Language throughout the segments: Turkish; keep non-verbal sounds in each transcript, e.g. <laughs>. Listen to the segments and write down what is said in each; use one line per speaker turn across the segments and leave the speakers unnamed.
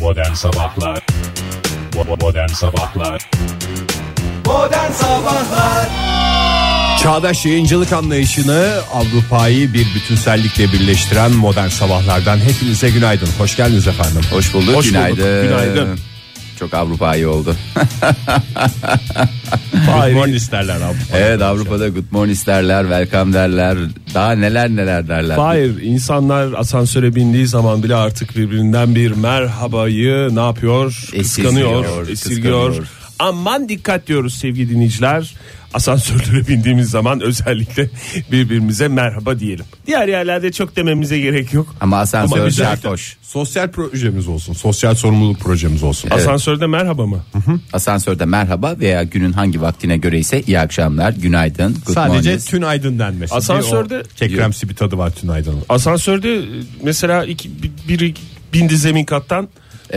Modern Sabahlar Bo- Modern Sabahlar
Modern Sabahlar
Çağdaş yayıncılık anlayışını Avrupa'yı bir bütünsellikle birleştiren modern sabahlardan hepinize günaydın. Hoş geldiniz efendim.
Hoş bulduk.
Hoş
günaydın.
bulduk, günaydın.
Çok Avrupa'yı oldu.
Good morning isterler Avrupa.
evet Avrupa'da good morning derler, welcome derler. Daha neler neler derler.
Hayır insanlar asansöre bindiği zaman bile artık birbirinden bir merhabayı ne yapıyor?
Esirgiyor,
Kıskanıyor, esirgiyor.
kıskanıyor.
Aman dikkat diyoruz sevgili dinleyiciler. Asansörlere <laughs> bindiğimiz zaman özellikle birbirimize merhaba diyelim. Diğer yerlerde çok dememize gerek yok.
Ama asansör
özellikle-
sarhoş.
Sosyal projemiz olsun. Sosyal sorumluluk projemiz olsun.
Asansörde merhaba mı?
Asansörde merhaba veya günün hangi vaktine göre ise iyi akşamlar, günaydın, good
Sadece
morning.
tünaydın denmesin.
Asansörde-
Bir o kekremsi bir tadı var tünaydının.
Asansörde e, mesela iki, bi- biri bindi zemin kattan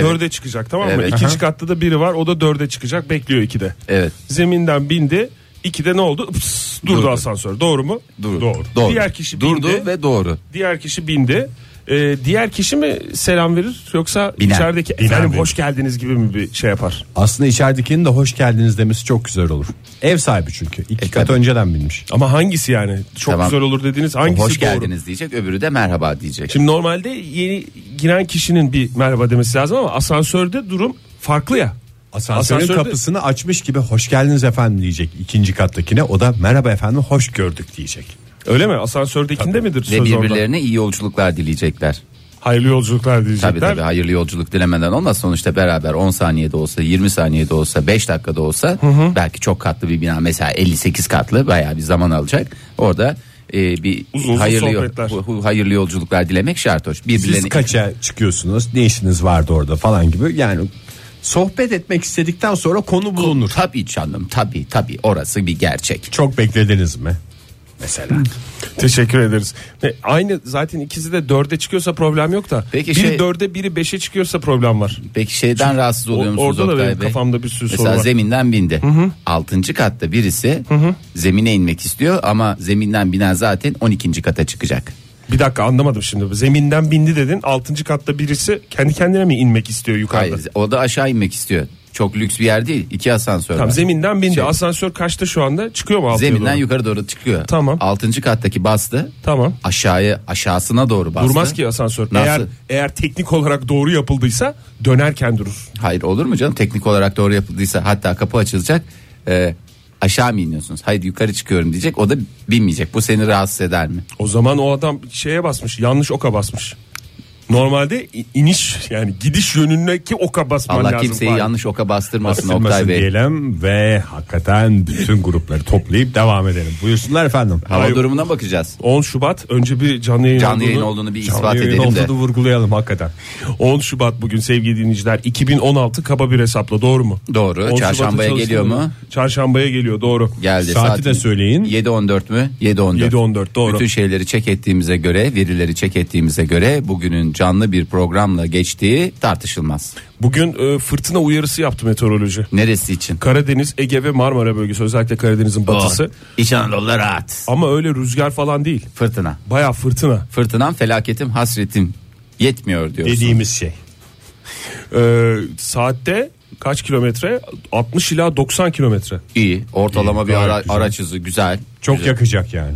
dörde çıkacak tamam mı?
Evet.
İkinci katta da biri var o da dörde çıkacak bekliyor ikide.
Evet.
Zeminden bindi. İkide ne oldu? Pıs, durdu, asansör. Doğru mu?
Dur-
Doğru.
doğru.
Diğer kişi bindi.
Durdu ve doğru.
Diğer kişi bindi. Ee, diğer kişi mi selam verir yoksa
Biner.
içerideki efendim hoş geldiniz gibi mi bir şey yapar?
Aslında içeridekinin de hoş geldiniz demesi çok güzel olur. Ev sahibi çünkü. İki kat
E, tabii.
önceden binmiş.
Ama hangisi yani? Çok
Tamam.
güzel olur dediniz. Hangisi
Hoş
doğru?
geldiniz diyecek, öbürü de merhaba diyecek.
Şimdi normalde yeni giren kişinin bir merhaba demesi lazım ama asansörde durum farklı ya.
Asansörün
Asansörde-
kapısını açmış gibi hoş geldiniz efendim diyecek ikinci kattakine. O da merhaba efendim hoş gördük diyecek.
Öyle mi? Asansördekinde midir
ve
söz orada?
birbirlerine iyi yolculuklar dileyecekler.
Hayırlı yolculuklar diyecekler.
Tabii tabii hayırlı yolculuk dilemeden olmaz. Sonuçta beraber 10 saniyede olsa, 20 saniyede olsa, 5 dakikada olsa belki çok katlı bir bina mesela 58 katlı bayağı bir zaman alacak. Orada e, bir
Uzun uzun
hayırlı yol-
sohbetler.
hu- hu- hayırlı yolculuklar dilemek şart hoş. Birbirlerini
Siz kaça çıkıyorsunuz? Ne işiniz vardı orada falan gibi. Yani sohbet etmek istedikten sonra konu bulunur.
Tabii canım tabii tabii orası bir gerçek.
Çok beklediniz mi? Mesela.
<laughs> Teşekkür ederiz. Ve aynı zaten ikisi de dörde çıkıyorsa problem yok da.
Peki
biri
şey-
dörde biri beşe çıkıyorsa problem var.
Peki şeyden rahatsız oluyor
o-
musunuz
orada da
Oktay
benim
Bey?
kafamda bir sürü soru
Mesela
var.
zeminden bindi. Altıncı katta birisi zemine inmek istiyor ama zeminden binen zaten 12. kata çıkacak.
Bir dakika anlamadım şimdi. Zeminden bindi dedin. Altıncı katta birisi kendi kendine mi inmek istiyor yukarıda?
Hayır, o da aşağı inmek istiyor. Çok lüks bir yer değil. İki asansör
Tamam
var.
zeminden bindi.
Şey-
Asansör kaçta şu anda? Çıkıyor mu altıya
Zeminden
doğru?
yukarı doğru çıkıyor.
Tamam.
Altıncı kattaki bastı.
Tamam.
Aşağıya aşağısına doğru bastı.
Durmaz ki asansör.
Nasıl?
Eğer eğer teknik olarak doğru yapıldıysa dönerken durur.
Hayır olur mu canım? Teknik olarak doğru yapıldıysa hatta kapı açılacak. Ee, aşağı mı iniyorsunuz? Hayır yukarı çıkıyorum diyecek. O da binmeyecek. Bu seni rahatsız eder mi?
O zaman o adam şeye basmış. Yanlış oka basmış. Normalde i- iniş yani gidiş yönündeki oka basman
Allah
lazım.
kimseyi
Fahir.
yanlış oka bastırmasın Oktay
Sırmasın
Bey.
diyelim ve hakikaten bütün grupları toplayıp devam edelim. Buyursunlar efendim.
Hava
Hayır.
durumuna bakacağız.
10 Şubat önce bir canlı yayın,
Canlı
olduğunu,
yayın olduğunu bir
Canlı
ispat
yayın
edelim de.
olduğunu vurgulayalım hakikaten.
10 Şubat bugün sevgili dinleyiciler 2016 kaba bir hesapla doğru mu?
Doğru.
10 Şubat'ı
Çarşambaya
çalıştığını-
geliyor mu?
Çarşambaya geliyor doğru.
Geldi.
Saati de söyleyin.
7.14 mü? 7.14.
7.14, doğru.
Bütün şeyleri çek ettiğimize göre, verileri çek ettiğimize göre bugünün canlı bir programla geçtiği tartışılmaz.
Bugün e, fırtına uyarısı yaptı meteoroloji.
Neresi için?
Karadeniz, Ege ve Marmara bölgesi özellikle Karadeniz'in batısı.
Doğru. İç Anadolu'da rahat.
Ama öyle rüzgar falan değil.
Fırtına.
Baya fırtına.
Fırtınam felaketim hasretim yetmiyor diyorsun.
Dediğimiz şey.
E, saatte kaç kilometre? 60 ila 90 kilometre.
İyi ortalama
İyi,
bir ara,
gayet güzel.
araç hızı güzel.
Çok
Güzel.
yakacak yani.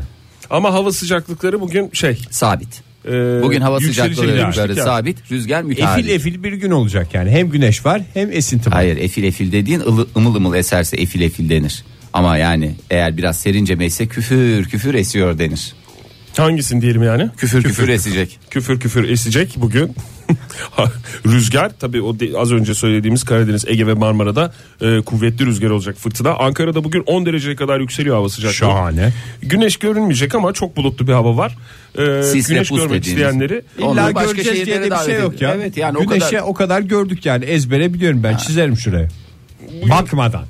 Ama hava sıcaklıkları bugün şey.
Sabit.
e,
Bugün hava
yükselecek
sıcaklıkları
demiştik ya.
sabit rüzgar müteahhit.
Efil efil bir gün olacak yani. Hem güneş var hem esinti var.
Hayır e, efil efil dediğin ılı, ımıl ımıl eserse efil efil denir. Ama yani eğer biraz serince meyse küfür küfür esiyor denir.
Hangisini diyelim yani?
Küfür küfür, esecek.
küfür küfür esecek bugün. <laughs> rüzgar tabii o de- az önce söylediğimiz Karadeniz, Ege ve Marmara'da e, kuvvetli rüzgar olacak fırtına. Ankara'da bugün 10 dereceye kadar yükseliyor hava sıcaklığı.
Şahane.
Güneş görünmeyecek ama çok bulutlu bir hava var. E,
Sis ve
güneş
pus
görmek
dediğimiz.
isteyenleri
Onları
İlla
başka
göreceğiz diye
şehirlere
de bir
davet
şey yok
ediyor.
ya.
Evet yani o
Güneşe
kadar
o kadar gördük yani ezbere biliyorum ben çizerim şuraya. Bakmadan.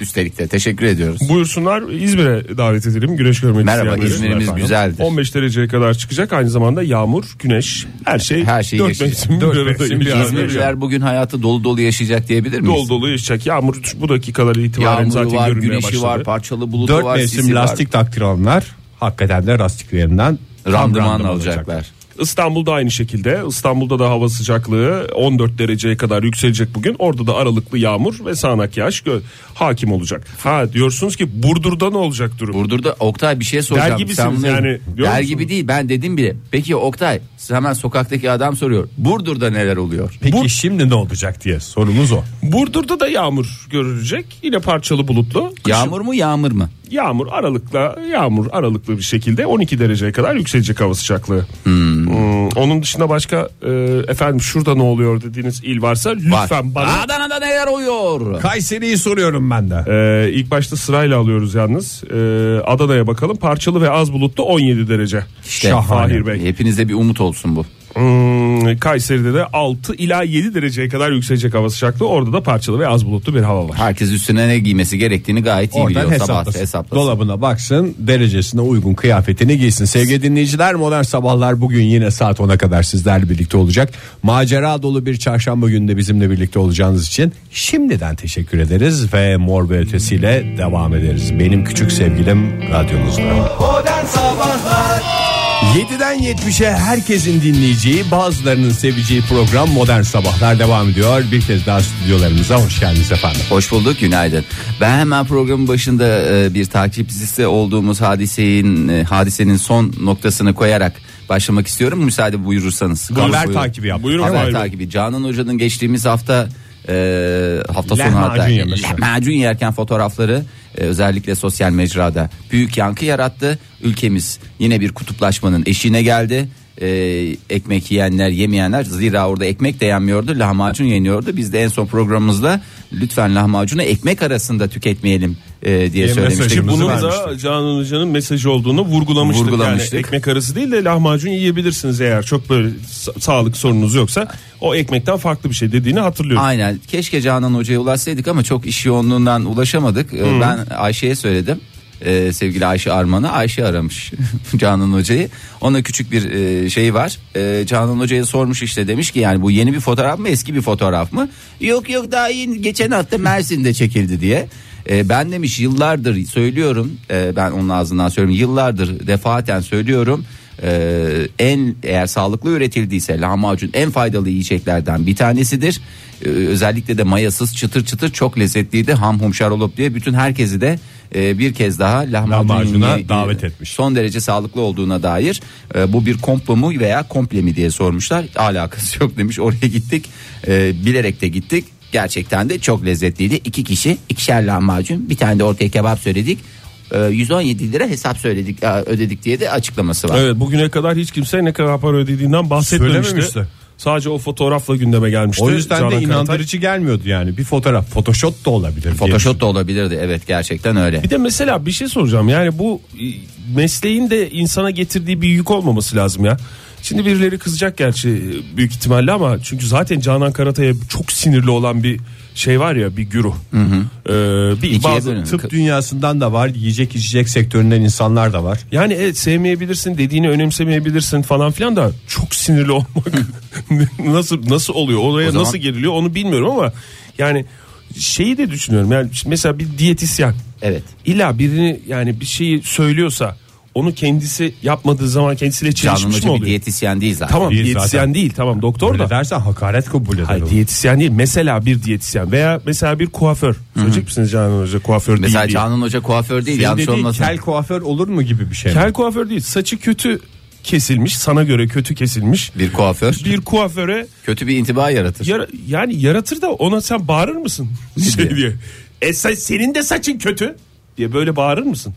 üstelik de teşekkür ediyoruz.
buyursunlar İzmir'e davet edelim güneş görmek
Merhaba,
isteyenleri.
İzmir'imiz
Efendim.
güzeldir.
15 dereceye kadar çıkacak aynı zamanda yağmur, güneş her şey.
Her şeyi
dört
geçecek.
mevsim bir
Dört
arada
mevsim
bir
bir
arada.
İzmirliler bugün hayatı dolu dolu yaşayacak diyebilir
Dol
miyiz?
dolu yaşayacak. Yağmur bu dakikalar itibaren zaten
Yağmuru var,
görünmeye
güneşi
başladı.
var, parçalı bulutu
Dört
var,
mevsim
sisi var.
lastik takdir alanlar hakikaten de lastiklerinden tam
randıman alacaklar.
İstanbul'da aynı şekilde. İstanbul'da da hava sıcaklığı 14 dereceye kadar yükselecek bugün. Orada da aralıklı yağmur ve sağanak yağış gö- hakim olacak. Ha diyorsunuz ki Burdur'da ne olacak durum?
Burdur'da Oktay bir şey soracağım.
Der gibisiniz
Sen bunu-
yani, görüyor
Der
musunuz?
gibi değil ben dedim bile. Peki Oktay hemen sokaktaki adam soruyor. Burdur'da neler oluyor?
Peki
Bu-
şimdi ne olacak diye sorumuz o.
Burdur'da da yağmur görülecek. Yine parçalı bulutlu. Kışın-
Yağmur mu yağmur mu?
Yağmur aralıkla yağmur aralıklı bir şekilde 12 dereceye kadar yükselecek hava sıcaklığı. Hmm, Onun dışında başka e, efendim şurada ne oluyor dediğiniz il varsa
Var.
lütfen bana
Adana'da neler oluyor?
Kayseri'yi soruyorum ben de.
Ee, ilk başta sırayla alıyoruz yalnız. Ee, Adana'ya bakalım. Parçalı ve az bulutlu 17 derece.
Şahane.
Fahir Bey.
Hepinize bir umut olsun bu.
Hmm, Kayseri'de de 6 ila 7 dereceye kadar yükselecek hava sıcaklığı. Orada da parçalı ve az bulutlu bir hava var.
Herkes üstüne ne giymesi gerektiğini gayet iyi
Oradan
biliyor. Sabah
hesaplasın.
hesaplasın.
Dolabına baksın derecesine uygun kıyafetini giysin. Sevgili dinleyiciler modern sabahlar bugün yine saat 10'a kadar sizlerle birlikte olacak. Macera dolu bir çarşamba gününde bizimle birlikte olacağınız için şimdiden teşekkür ederiz ve mor ve ötesiyle devam ederiz. Benim küçük sevgilim radyonuzda.
Modern Sabahlar
7'den 70'e herkesin dinleyeceği bazılarının seveceği program Modern Sabahlar devam ediyor. Bir kez daha stüdyolarımıza hoş geldiniz efendim.
Hoş bulduk günaydın. Ben hemen programın başında e, bir takipçisi olduğumuz hadisenin e, hadisenin son noktasını koyarak başlamak istiyorum. Müsaade buyurursanız.
Haber
Buyurun.
takibi yaptık.
Buyurun
Haber
Fahir Bey.
takibi. Canan Hoca'nın geçtiğimiz hafta e, hafta sonu
Lahmacun
hatta
yemesi.
lahmacun yerken fotoğrafları e, özellikle sosyal mecrada büyük yankı yarattı. Ülkemiz yine bir kutuplaşmanın eşiğine geldi. E, ekmek yiyenler yemeyenler zira orada ekmek de yenmiyordu lahmacun yeniyordu biz de en son programımızda lütfen lahmacunu ekmek arasında tüketmeyelim e, diye söylemiştik
Ki bunun da
vermiştik.
Canan Hoca'nın mesajı olduğunu vurgulamıştık.
Vurgulamıştık.
Yani ekmek arası değil de lahmacun yiyebilirsiniz eğer çok böyle sa- sağlık sorununuz yoksa. O ekmekten farklı bir şey dediğini hatırlıyorum.
Aynen. Keşke Canan Hoca'ya ulaşsaydık ama çok iş yoğunluğundan ulaşamadık. Ee, Ben Ayşe'ye söyledim. Ee, sevgili Ayşe Arman'ı Ayşe aramış <laughs> Canan Hoca'yı ona küçük bir e, şey var Ee, Canan Hoca'ya sormuş işte demiş ki yani bu yeni bir fotoğraf mı eski bir fotoğraf mı yok yok daha yeni geçen hafta Mersin'de çekildi diye Ee, ben demiş yıllardır söylüyorum Ee, ben onun ağzından söylüyorum yıllardır defaten söylüyorum ee, en eğer sağlıklı üretildiyse lahmacun en faydalı yiyeceklerden bir tanesidir. Ee, özellikle de mayasız çıtır çıtır çok lezzetliydi. Ham humşar olup diye bütün herkesi de e, bir kez daha lahmacun
Lahmacuna
yemeye-
davet etmiş.
Son derece sağlıklı olduğuna dair e, bu bir komplo mu veya komple mi diye sormuşlar. Alakası yok demiş. Oraya gittik. Ee, bilerek de gittik. Gerçekten de çok lezzetliydi. İki kişi ikişer lahmacun bir tane de ortaya kebap söyledik. Ee, 117 lira hesap söyledik e, ödedik diye de açıklaması var.
Evet bugüne kadar hiç kimse ne kadar para ödediğinden bahsetmemişti.
Söylememişti.
Sadece o fotoğrafla gündeme gelmişti.
O yüzden
Canan
de
Karatay.
inandırıcı gelmiyordu yani. Bir fotoğraf, Photoshop da olabilir. diye
Photoshop da olabilirdi evet gerçekten öyle.
Bir de mesela bir şey soracağım. Yani bu e, mesleğin de insana getirdiği bir yük olmaması lazım ya. Şimdi birileri kızacak gerçi e, büyük ihtimalle ama çünkü zaten Canan Karatay'a çok sinirli olan bir şey var ya bir güruh. Ee, bir
İkiye
bazı
bölün.
tıp
Tıp dünyasından da var, yiyecek içecek sektöründen insanlar da var.
yani evet, sevmeyebilirsin dediğini önemsemeyebilirsin falan filan da çok sinirli <laughs> olmak nasıl nasıl oluyor oraya
O zaman-
nasıl geriliyor onu bilmiyorum ama yani şeyi de düşünüyorum yani mesela bir diyetisyen
Evet.
İlla birini yani bir şeyi söylüyorsa onu kendisi yapmadığı zaman kendisiyle
Canan
çelişmiş mi
Hoca bir
oluyor?
diyetisyen değil zaten.
tamam
Değil
diyetisyen
zaten.
değil tamam doktor
Öyle
da.
dersen hakaret kabul eder.
Hayır
o.
diyetisyen değil mesela bir diyetisyen veya mesela bir kuaför. Söyleyecek misiniz Canan Hoca kuaför
Mesela
değil
Canan Hoca kuaför değil
Senin
yanlış
dediğin
olmasın.
kel kuaför olur mu gibi bir şey.
diye. Kel kuaför değil saçı kötü kesilmiş sana göre kötü kesilmiş.
Bir kuaför
Bir kuaföre
kötü bir intiba yaratır.
yara- yani yaratır da ona sen bağırır mısın? Şey
diye?
diye. E sa- senin de saçın kötü diye böyle bağırır mısın?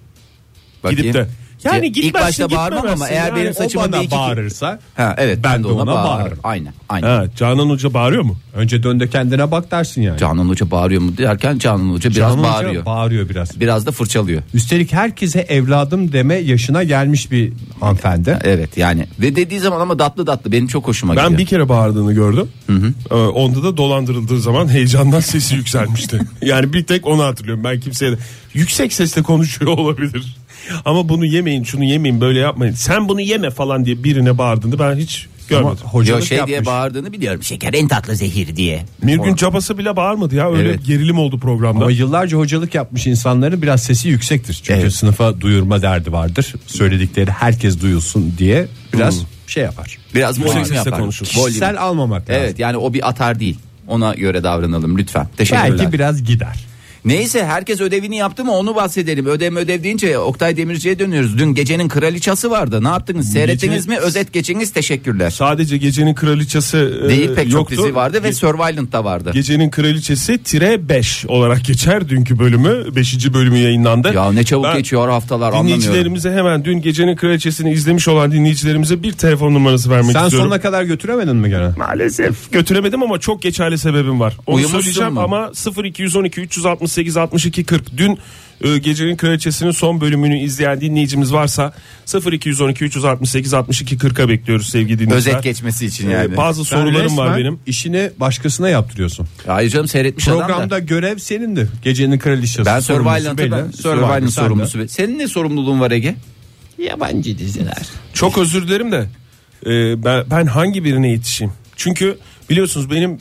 Gidip de. Yani
İlk
gitmezsin,
başta bağırmam ama
gitmemezsin.
eğer
Yani
benim
o
saçımı bir
bana
iki-
bağırırsa
Ha, evet ben, de ona, bağırırım. Aynen. aynen.
Ha, Canan Hoca bağırıyor mu?
önce dön de kendine bak dersin yani.
Canan Hoca bağırıyor mu derken Canan Hoca biraz
Canan Hoca
bağırıyor.
bağırıyor biraz.
biraz da fırçalıyor.
Üstelik herkese evladım deme yaşına gelmiş bir hanımefendi.
Evet yani ve dediği zaman ama tatlı tatlı benim çok hoşuma
Ben
gidiyor.
bir kere bağırdığını gördüm. Ee, onda da dolandırıldığı zaman heyecandan sesi
<laughs>
yükselmişti. yani bir tek onu hatırlıyorum. Ben kimseye de yüksek sesle konuşuyor olabilir. Ama bunu yemeyin, şunu yemeyin, böyle yapmayın. Sen bunu yeme falan diye birine bağırdığını ben hiç görmedim.
Yo,
Hocalık
şey
yapmış.
diye bağırdığını biliyorum. Şeker en tatlı zehir diye.
Bir gün cabası bile bağırmadı ya. Öyle
Evet.
gerilim oldu programda.
Ama yıllarca hocalık yapmış insanların biraz sesi yüksektir. Çünkü
Evet. Hmm.
sınıfa duyurma derdi vardır. Söyledikleri herkes duyulsun diye biraz şey yapar.
Biraz
Yüksek
volüm
sesle
yapar.
konuşun.
Volüm.
Kişisel almamak lazım.
Evet yani o bir atar değil. Ona göre davranalım lütfen. Teşekkürler.
Belki biraz gider.
Neyse herkes ödevini yaptı mı onu bahsedelim. Ödev ödev deyince Oktay Demirci'ye dönüyoruz. Dün gecenin kraliçası vardı. Ne yaptınız? Seyrettiniz
Gece-
mi? Özet geçiniz. Teşekkürler.
Sadece gecenin kraliçası
Ee,
e,
Değil pek
yoktu.
çok dizi vardı ve
Ge-
Survivalent da vardı.
Gecenin kraliçesi tire 5 olarak geçer dünkü bölümü. 5. bölümü yayınlandı.
Ya ne çabuk
Ben
geçiyor haftalar anlamıyorum.
Dinleyicilerimize hemen dün gecenin kraliçesini izlemiş olan dinleyicilerimize bir telefon numarası vermek
Sen
istiyorum.
sonuna kadar götüremedin mi gene?
Maalesef götüremedim ama çok geçerli sebebim var. Onu
Uyumuşsun
söyleyeceğim
mu?
ama 0212 368 62 40. Dün e, gecenin kraliçesinin son bölümünü izleyen dinleyicimiz varsa 0212 368 62 40'a bekliyoruz sevgili dinleyiciler.
Özet geçmesi için
Ee,
yani.
Bazı
Sen
sorularım var
resmen
benim.
İşini başkasına yaptırıyorsun.
Hayır canım seyretmiş adam da.
Programda görev senindi. Gecenin kraliçesi.
Ben
sorumlusu
Survivalent'ı
belli.
ben.
Survivalent
Survivalent sorumlusu. be- Senin ne sorumluluğun var Ege?
Yabancı diziler.
Çok özür dilerim de e, ben, ben hangi birine yetişeyim? Çünkü biliyorsunuz benim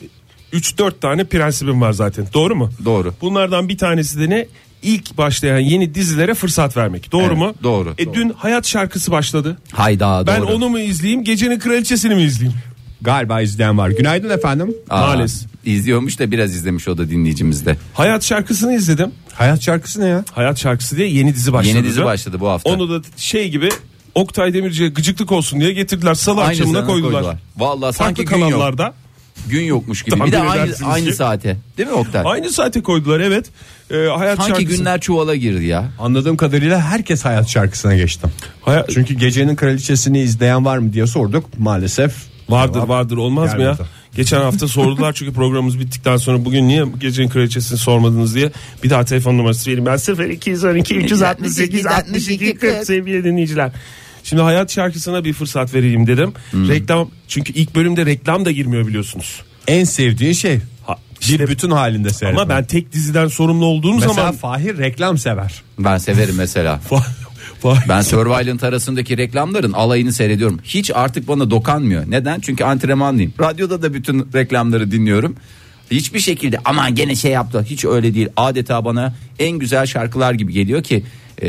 3-4 tane prensibim var zaten. Doğru mu?
Doğru.
Bunlardan bir tanesi de ne? İlk başlayan yeni dizilere fırsat vermek. Doğru
Evet,
mu?
doğru.
E
Doğru.
dün Hayat şarkısı başladı.
Hayda
Ben
doğru.
onu mu izleyeyim, Gecenin Kraliçesini mi izleyeyim?
Galiba izleyen var. Günaydın efendim.
Aa,
Maalesef.
İzliyormuş da biraz izlemiş o da dinleyicimiz de.
Hayat şarkısını izledim.
Hayat şarkısı ne ya?
Hayat şarkısı diye yeni dizi başladı.
Yeni dizi
dün.
başladı bu hafta.
Onu da şey gibi Oktay Demirci'ye gıcıklık olsun diye getirdiler. Salı
Aynısını
akşamına koydular. Farklı
Vallahi sanki gün yok.
kanallarda.
Gün yokmuş gibi.
Tahmin
bir de aynı,
edersiniz
aynı
ki-
saate. Değil mi Oktay?
Aynı saate koydular evet. Ee, hayat
Sanki
şarkısı.
günler çuvala girdi ya.
Anladığım kadarıyla herkes hayat şarkısına geçti.
Hayat-
Çünkü gecenin kraliçesini izleyen var mı diye sorduk. Maalesef
Vardır
Var-
vardır olmaz mı ya?
Gelmedi.
Geçen
<laughs>
hafta sordular çünkü programımız bittikten sonra bugün niye gecenin kraliçesini sormadınız diye bir daha telefon numarası vereyim. Ben 0212 368 62 40 sevgili dinleyiciler. Şimdi hayat şarkısına bir fırsat vereyim dedim.
Hmm.
Reklam çünkü ilk bölümde reklam da girmiyor biliyorsunuz.
en sevdiğin şey
Ha,
bir bütün halinde seyretmek.
Ama ben tek diziden sorumlu olduğum
Mesela
zaman
Fahir reklam sever.
Ben severim mesela. Ben Survivalent arasındaki reklamların alayını seyrediyorum. Hiç artık bana dokanmıyor. Neden? Çünkü antrenmanlıyım. Radyoda da bütün reklamları dinliyorum. Hiçbir şekilde aman gene şey yaptı. Hiç öyle değil. Adeta bana en güzel şarkılar gibi geliyor ki e,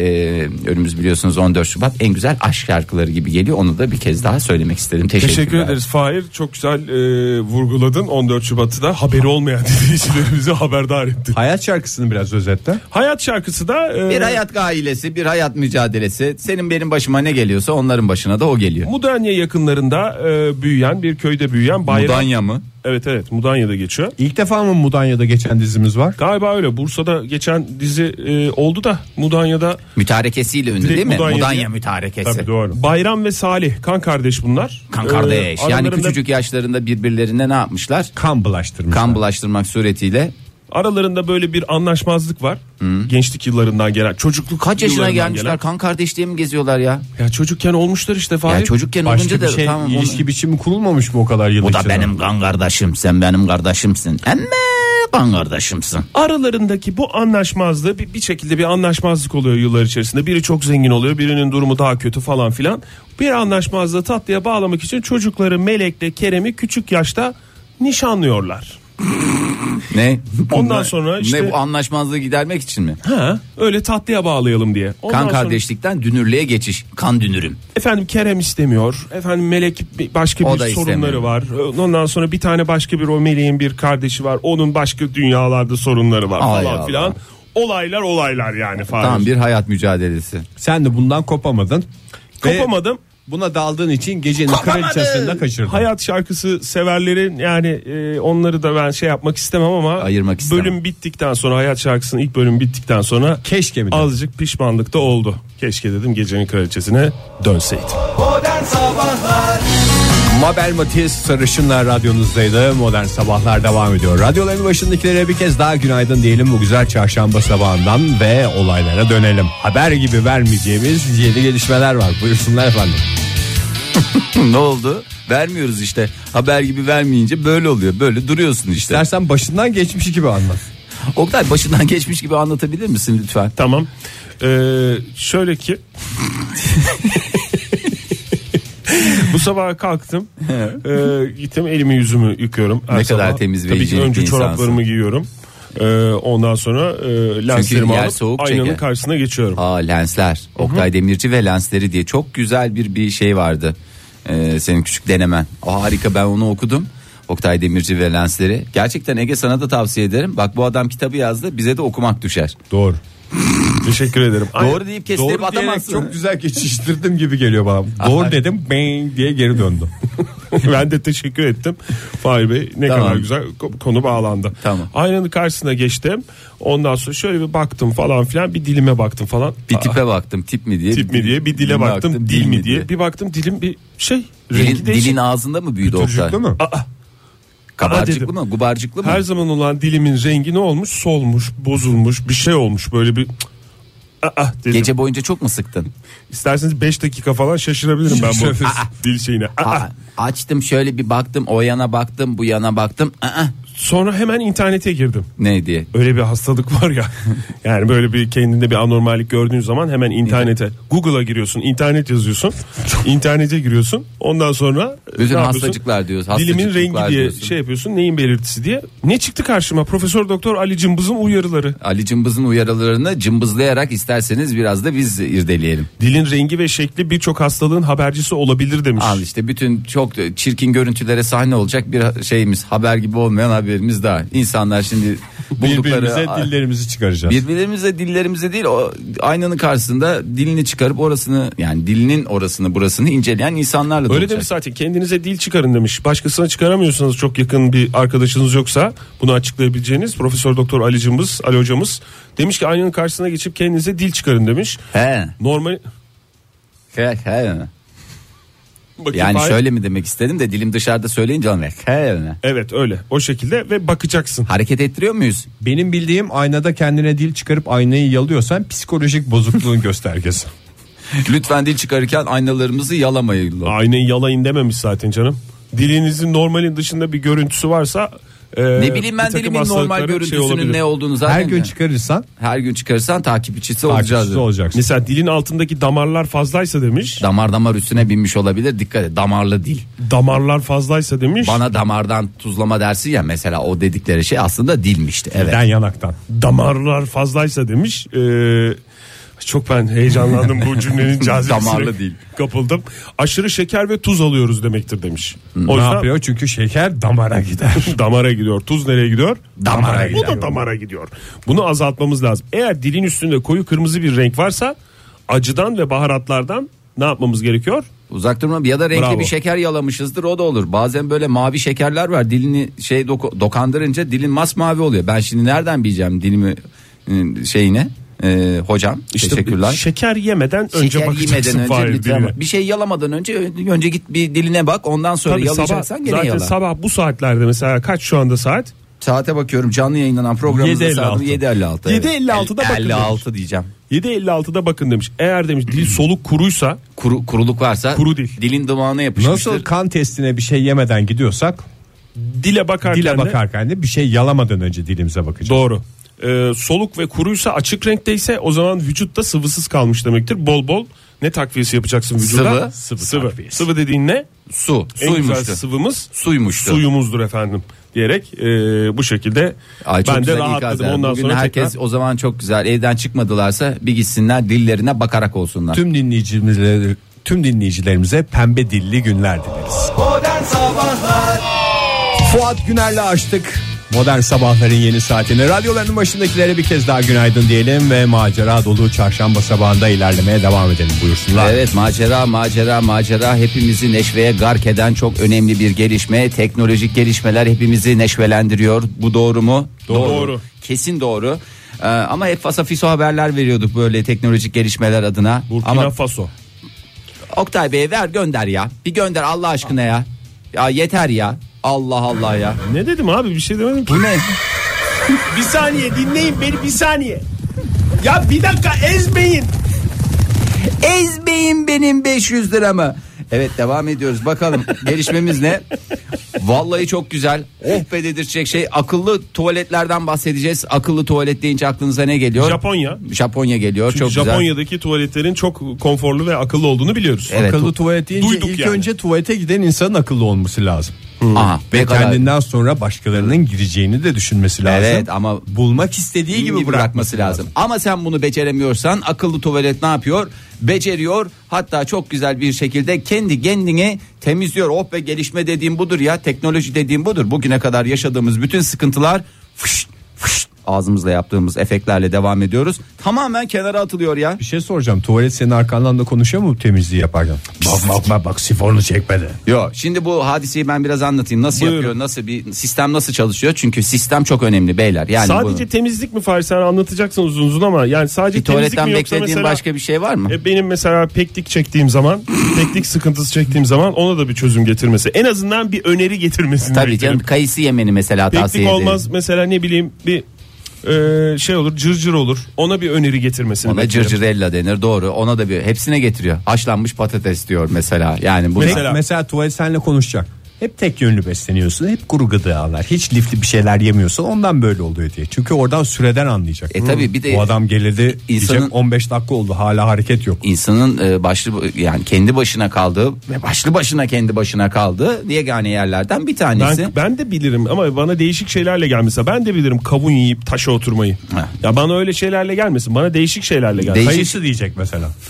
önümüz biliyorsunuz 14 Şubat en güzel aşk şarkıları gibi geliyor. Onu da bir kez daha söylemek istedim. Teşekkürler.
Teşekkür ederiz Fahir. Çok güzel e, vurguladın. 14 Şubat'ı da haberi olmayan <laughs> dinleyicilerimizi haberdar ettin.
Hayat şarkısını biraz özetle.
Hayat şarkısı da e,
Bir hayat ailesi, bir hayat mücadelesi. Senin benim başıma ne geliyorsa onların başına da o geliyor.
Mudanya yakınlarında e, büyüyen bir köyde büyüyen bayram.
Mudanya mı?
Evet evet Mudanya'da geçiyor.
İlk defa mı Mudanya'da geçen dizimiz var?
Galiba öyle Bursa'da geçen dizi e, oldu da Mudanya'da
Mütarekesiyle ünlü
Direkt
değil mi?
Mudanya
Mudanya,
diye-
mütarekesi.
Tabii doğru. Bayram ve Salih kan kardeş bunlar.
Kan kardeş.
E,
yani
aralarında-
küçücük yaşlarında birbirlerine ne yapmışlar?
Kan bulaştırmış.
Kan bulaştırmak suretiyle.
Aralarında böyle bir anlaşmazlık var. Gençlik yıllarından gelen çocukluk
Kaç yaşına
yıllarından
gelmişler?
gelen.
Kan kardeş diye mi geziyorlar ya?
Ya çocukken olmuşlar işte Fahir.
Ya çocukken
Başka
olunca
bir
da
şey
tamam. onu-
ilişki biçimi kurulmamış mı o kadar yıl
Bu da
içinde?
benim kan kardeşim. Sen benim kardeşimsin. Emme kan kardeşimsin.
aralarındaki bu anlaşmazlığı bir, bir şekilde bir anlaşmazlık oluyor yıllar içerisinde. Biri çok zengin oluyor, birinin durumu daha kötü falan filan. Bir anlaşmazlığı tatlıya bağlamak için çocukları Melek'le Kerem'i küçük yaşta nişanlıyorlar.
Ne?
Ondan sonra işte-
Ne bu anlaşmazlığı gidermek için mi?
Ha, öyle tatlıya bağlayalım diye. Ondan
kan
sonra-
kardeşlikten dünürlüğe geçiş. Kan dünürüm. <laughs>
Efendim Kerem istemiyor. Efendim Melek bir- başka
O
bir
da
sorunları
istemiyor.
var. Ondan sonra bir tane başka bir o Melek'in bir kardeşi var. Onun başka dünyalarda sorunları var
Ay
falan
Allah.
filan. Olaylar olaylar yani Fahir.
Tamam bir hayat mücadelesi.
Sen de bundan kopamadın. Ve
Kopamadım.
Buna daldığın için gecenin
Kopamadın.
kraliçesini de kaçırdın.
Hayat şarkısı severlerin yani e, onları da ben şey yapmak istemem ama
Ayırmak istemem.
bölüm bittikten sonra hayat şarkısının ilk bölüm bittikten sonra
Keşke mi? dedin?
azıcık pişmanlık da oldu. Keşke dedim gecenin kraliçesine dönseydim.
Modern Sabahlar
Mabel Matiz sarışınlar radyonuzdaydı. Modern Sabahlar devam ediyor. Radyoların başındakilere bir kez daha günaydın diyelim bu güzel çarşamba sabahından ve olaylara dönelim. Haber gibi vermeyeceğimiz yeni gelişmeler var. Buyursunlar efendim.
ne oldu? Vermiyoruz işte. Haber gibi vermeyince böyle oluyor. Böyle duruyorsun işte.
İstersen başından geçmiş gibi anlat.
<laughs> Oktay başından geçmiş gibi anlatabilir misin lütfen?
Tamam. Ee, şöyle ki <laughs> Bu sabah kalktım. Ee, gittim elimi yüzümü yıkıyorum. her
Ne kadar temiz ve
Tabii ki
hijyenik
önce
bir
çoraplarımı
insansın.
giyiyorum. Ee, ondan sonra e, lenslerimi
yer
alıp
soğuk
aynanın
çeker.
karşısına geçiyorum.
Aa lensler. Oktay Demirci ve lensleri diye çok güzel bir bir şey vardı. Ee, senin küçük denemen. O harika ben onu okudum. Oktay Demirci ve Lensleri. Gerçekten Ege sana da tavsiye ederim. Bak bu adam kitabı yazdı bize de okumak düşer.
Doğru.
Teşekkür ederim.
Doğru deyip kestirip
Doğru diyerek
atamazsın.
çok güzel geçiştirdim gibi geliyor bana. Doğru dedim bang diye geri
<laughs>
döndüm.
ben de teşekkür ettim. Fahir Bey ne
Tamam.
kadar güzel ko- konu bağlandı.
Tamam.
Aynanın karşısına geçtim. Ondan sonra şöyle bir baktım falan filan bir dilime baktım falan.
Bir
Aa,
tipe baktım tip mi diye.
tip mi diye bir dile
Dilime
baktım, dil mi diye. Bir baktım dilim bir şey rengi
Dilin,
değişik.
dilin ağzında mı büyüdü Oktay?
Çocuklu mu?
Aa,
Kabarcıklı
dedim.
mı? Gubarcıklı mı?
her zaman olan dilimin rengi ne olmuş? Solmuş, bozulmuş, bir şey olmuş böyle bir Aa, dedim.
Gece boyunca çok mu sıktın?
İsterseniz 5 dakika falan şaşırabilirim ben bu <laughs> dil şeyine. Aa.
Aa, açtım şöyle bir baktım o yana baktım bu yana baktım. Aa,
Sonra hemen internete girdim.
ne diye.
Öyle bir hastalık
<laughs>
var ya. Yani böyle bir kendinde bir anormallik gördüğün zaman hemen internete, Google'a giriyorsun, internet
<laughs>
yazıyorsun. internete giriyorsun. Ondan sonra e,
Bütün
ne yapıyorsun?
hastacıklar diyoruz.
Dilimin
hastacıklar
rengi diye
diyorsun.
şey yapıyorsun. Neyin belirtisi diye. Ne çıktı karşıma? Profesör Doktor Ali Cımbız'ın uyarıları.
Ali Cımbız'ın uyarılarını cımbızlayarak isterseniz biraz da biz irdeleyelim.
Dilin rengi ve şekli birçok hastalığın habercisi olabilir demiş.
Al işte bütün çok çirkin görüntülere sahne olacak bir şeyimiz haber gibi olmayan haberimiz daha.
<laughs>
İnsanlar şimdi
Birbirimize
buldukları
dillerimizi çıkaracağız.
birbirimize dillerimize değil o aynanın karşısında dilini çıkarıp orasını yani dilinin orasını burasını inceleyen insanlarla
Öyle
dolacak.
demiş zaten kendinize dil çıkarın demiş. Başkasına çıkaramıyorsanız çok yakın bir arkadaşınız yoksa bunu açıklayabileceğiniz Profesör Doktor Ali Cımbız, Ali hocamız demiş ki aynanın karşısına geçip kendinize dil çıkarın demiş.
He,
Normal
he, he.
Bakayım
Yani
bari.
şöyle mi demek istedim de dilim dışarıda söyleyince anlar. He.
<laughs> Evet öyle o şekilde ve bakacaksın.
Hareket ettiriyor muyuz?
Benim bildiğim aynada kendine dil çıkarıp aynayı yalıyorsan psikolojik bozukluğun <laughs> göstergesi.
Lütfen dil çıkarırken aynalarımızı yalamayın.
Aynayı yalayın dememiş zaten canım. Dilinizin normalin dışında bir görüntüsü varsa e,
Ne
bir
bileyim ben
takım
dilimin normal
hastalıkların şey
görüntüsünün
olabilir.
ne olduğunu zaten.
Her gün
de-
çıkarırsan
her gün çıkarırsan takipçisi, olacağız.
takipçisi olacaksın.
Mesela dilin altındaki damarlar fazlaysa demiş.
Damar damar üstüne binmiş olabilir. Dikkat et damarlı dil.
Damarlar fazlaysa demiş.
Bana damardan tuzlama dersi ya mesela o dedikleri şey aslında dilmişti. Evet.
Neden yanaktan?
damarlar fazlaysa demiş. Ee, çok ben heyecanlandım bu
<laughs>
cümlenin cazibesine.
Damarlı değil.
Kapıldım. Aşırı şeker ve tuz alıyoruz demektir demiş. O
Ne
yüzden
yapıyor? Çünkü şeker damara gider.
<laughs> damara gidiyor. Tuz nereye gidiyor?
Damara
Bu da damara gidiyor. Bunu azaltmamız lazım. Eğer dilin üstünde koyu kırmızı bir renk varsa acıdan ve baharatlardan ne yapmamız gerekiyor?
Uzak durma ya da renkli
Bravo.
bir şey- şeker yalamışızdır o da olur. Bazen böyle mavi şekerler var dilini şey doku- dokandırınca dilin masmavi oluyor. Ben şimdi nereden bileceğim dilimi ıı, şeyine Ee, hocam teşekkürler.
Şeker yemeden önce
Şeker
bakacaksın
yemeden önce
Fahir
lütfen
diline.
bak. bir şey yalamadan önce önce git bir diline bak ondan sonra
Tabii sabah,
yalayacaksan gene
zaten
yala.
sabah bu saatlerde mesela kaç şu anda saat?
Saate bakıyorum canlı yayınlanan programımızda
7.56.
saat 7.56.
7.56'da bakın demiş.
56 diyeceğim.
7.56'da bakın demiş. Eğer demiş dil soluk kuruysa
Kuru, kuruluk varsa
Kuru dil.
dilin dumağına yapışmıştır.
Nasıl kan testine bir şey yemeden gidiyorsak
dile bakarken
dile
de-
bakarken de bir şey yalamadan önce dilimize bakacağız.
Doğru. Ee, soluk ve kuruysa açık renkteyse o zaman vücutta sıvısız kalmış demektir. Bol bol ne takviyesi yapacaksın vücuda?
Sıvı. Sıvı
Sıvı.
takviyesi.
Sıvı dediğin ne?
Su.
En güzel
Suymuştu.
sıvımız
Suymuştu.
suyumuzdur efendim diyerek e, bu şekilde
Ay çok
ben de
güzel ikaz
rahatladım.
yani.
Ondan
Bugün
sonra
herkes
tekrar
o zaman çok güzel evden çıkmadılarsa bir gitsinler dillerine bakarak olsunlar.
Tüm dinleyicilerimize tüm dinleyicilerimize pembe dilli günler dileriz.
Modern Sabahlar
Fuat Güner'le açtık. Modern sabahların yeni saatini radyoların başındakilere bir kez daha günaydın diyelim ve macera dolu çarşamba sabahında ilerlemeye devam edelim buyursunlar.
Evet macera macera macera hepimizi neşveye gark eden çok önemli bir gelişme. Teknolojik gelişmeler hepimizi neşvelendiriyor. Bu doğru mu?
Doğru.
Kesin doğru. Ee, ama hep fasafiso haberler veriyorduk böyle teknolojik gelişmeler adına.
Burkina
ama
Faso.
Oktay Bey ver gönder ya. Bir gönder Allah aşkına ya. Ya yeter ya. Allah Allah ya.
Ne dedim abi bir şey demedim ki.
Bu ne?
Bir saniye dinleyin beni bir saniye. Ya bir dakika ezmeyin.
Ezmeyin benim 500 liramı. Evet devam ediyoruz bakalım gelişmemiz ne? Vallahi çok güzel. Oh be dedirtecek şey akıllı tuvaletlerden bahsedeceğiz. Akıllı tuvalet deyince aklınıza ne geliyor?
Japonya.
Japonya geliyor çok güzel.
Japonya'daki tuvaletlerin çok konforlu ve akıllı olduğunu biliyoruz.
Evet.
Akıllı tuvalet deyince
Duyduk
ilk
yani.
önce tuvalete giden insanın akıllı olması lazım.
Aha,
Ve
ne kadar-
kendinden sonra başkalarının gireceğini de düşünmesi lazım.
Evet ama
bulmak istediği
gibi, bırakması lazım. Ama sen bunu beceremiyorsan akıllı tuvalet ne yapıyor? Beceriyor. Hatta çok güzel bir şekilde kendi kendini temizliyor. Oh be gelişme dediğim budur ya. Teknoloji dediğim budur. Bugüne kadar yaşadığımız bütün sıkıntılar fışt, fışt ağzımızla yaptığımız efektlerle devam ediyoruz. Tamamen kenara atılıyor ya.
Bir şey soracağım. Tuvalet senin arkandan da konuşuyor mu temizliği yaparken? Bak bak bak bak sifonu çekmedi.
Yo, şimdi bu hadiseyi ben biraz anlatayım. Nasıl
Buyurun.
yapıyor? Nasıl bir sistem nasıl çalışıyor? Çünkü sistem çok önemli beyler. Yani
sadece
bunu-
temizlik mi Fahri sen anlatacaksın uzun uzun ama yani sadece
bir
temizlik
tuvaletten
mi yoksa
beklediğin
mesela
başka bir şey var mı?
E, benim mesela peklik çektiğim
<laughs>
zaman peklik sıkıntısı çektiğim zaman ona da bir çözüm getirmesi en azından bir öneri getirmesini
Tabii
beklerim.
canım kayısı yemeni mesela tavsiye
Peklik
ederim.
olmaz mesela ne bileyim bir e, şey olur cırcır olur ona bir öneri getirmesini
Ona
beklerim.
cırcırella denir doğru. Ona da bir hepsine getiriyor. Haşlanmış patates diyor mesela. Yani bu
Mesela, mesela tuvalet seninle konuşacak. Hep tek yönlü besleniyorsun. Hep kuru gıdalar. Hiç lifli bir şeyler yemiyorsun. Ondan böyle oluyor diye. Çünkü oradan süreden anlayacak.
E tabii bir de-
Hmm, Bu adam gelirdi.
İnsanın-
diyecek 15 dakika oldu. Hala hareket yok.
insanın e, başlı yani kendi başına kaldığı ve başlı başına kendi başına kaldığı yegane yerlerden bir tanesi.
Ben, ben de bilirim ama bana değişik şeylerle gelmese ben de bilirim kavun yiyip taşa oturmayı.
Ha.
Ya bana öyle şeylerle gelmesin bana değişik şeylerle gelsin.
Değişik-
Kayısı diyecek mesela. <laughs>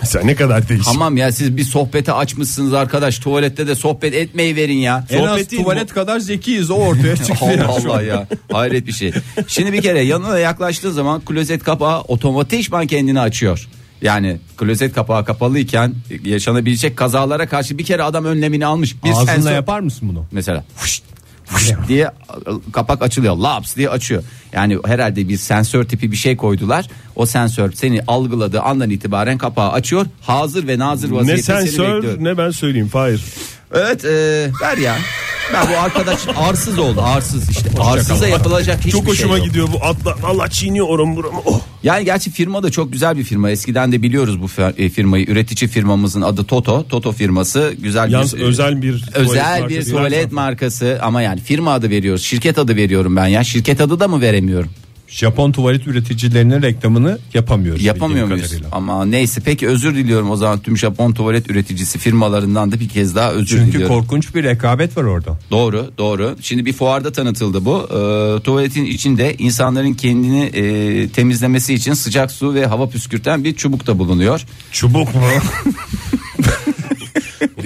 Mesela ne kadar değişik.
Tamam ya siz bir sohbete açmışsınız arkadaş. Tuvalette de sohbet etmeyi verin ya.
En az
Sohbet değil,
tuvalet kadar zekiyiz o ortaya çıktı.
Allah
ya.
Allah ya. Hayret bir şey. Şimdi bir kere yanına yaklaştığı zaman klozet kapağı otomatikman kendini açıyor. Yani klozet kapağı kapalıyken yaşanabilecek kazalara karşı bir kere adam önlemini almış. Bir
Ağzınla
sensör-
yapar mısın bunu?
mesela fışt, fışt diye kapak açılıyor. Laps diye açıyor. Yani herhalde bir sensör tipi bir şey koydular. O sensör seni algıladığı andan itibaren kapağı açıyor. Hazır ve nazır vaziyette
Ne
seni
sensör
bekliyor.
ne ben söyleyeyim Fahir.
Evet e, ver ya. Ben bu arkadaş arsız oldu arsız işte. Arsıza yapılacak hiçbir
Çok hoşuma
şey yok.
gidiyor bu atla. Valla çiğniyor oram buram. Oh.
Yani gerçi firma da çok güzel bir firma. Eskiden de biliyoruz bu fir- e, firmayı. Üretici firmamızın adı Toto. Toto firması güzel
Yalnız
bir e,
özel bir
özel
tuvalet
bir
markası.
tuvalet markası ama yani firma adı veriyoruz. Şirket adı veriyorum ben ya. Şirket adı da mı veremiyorum?
Japon tuvalet üreticilerinin reklamını yapamıyoruz.
Yapamıyor
bildiğim
muyuz?
kadarıyla.
Ama neyse peki özür diliyorum o zaman tüm Japon tuvalet üreticisi firmalarından da bir kez daha özür
Çünkü
diliyorum.
korkunç bir rekabet var orada.
Doğru doğru. Şimdi bir fuarda tanıtıldı bu. Ee, tuvaletin içinde insanların kendini e, temizlemesi için sıcak su ve hava püskürten bir çubuk da bulunuyor. <laughs>
Çubuk mu?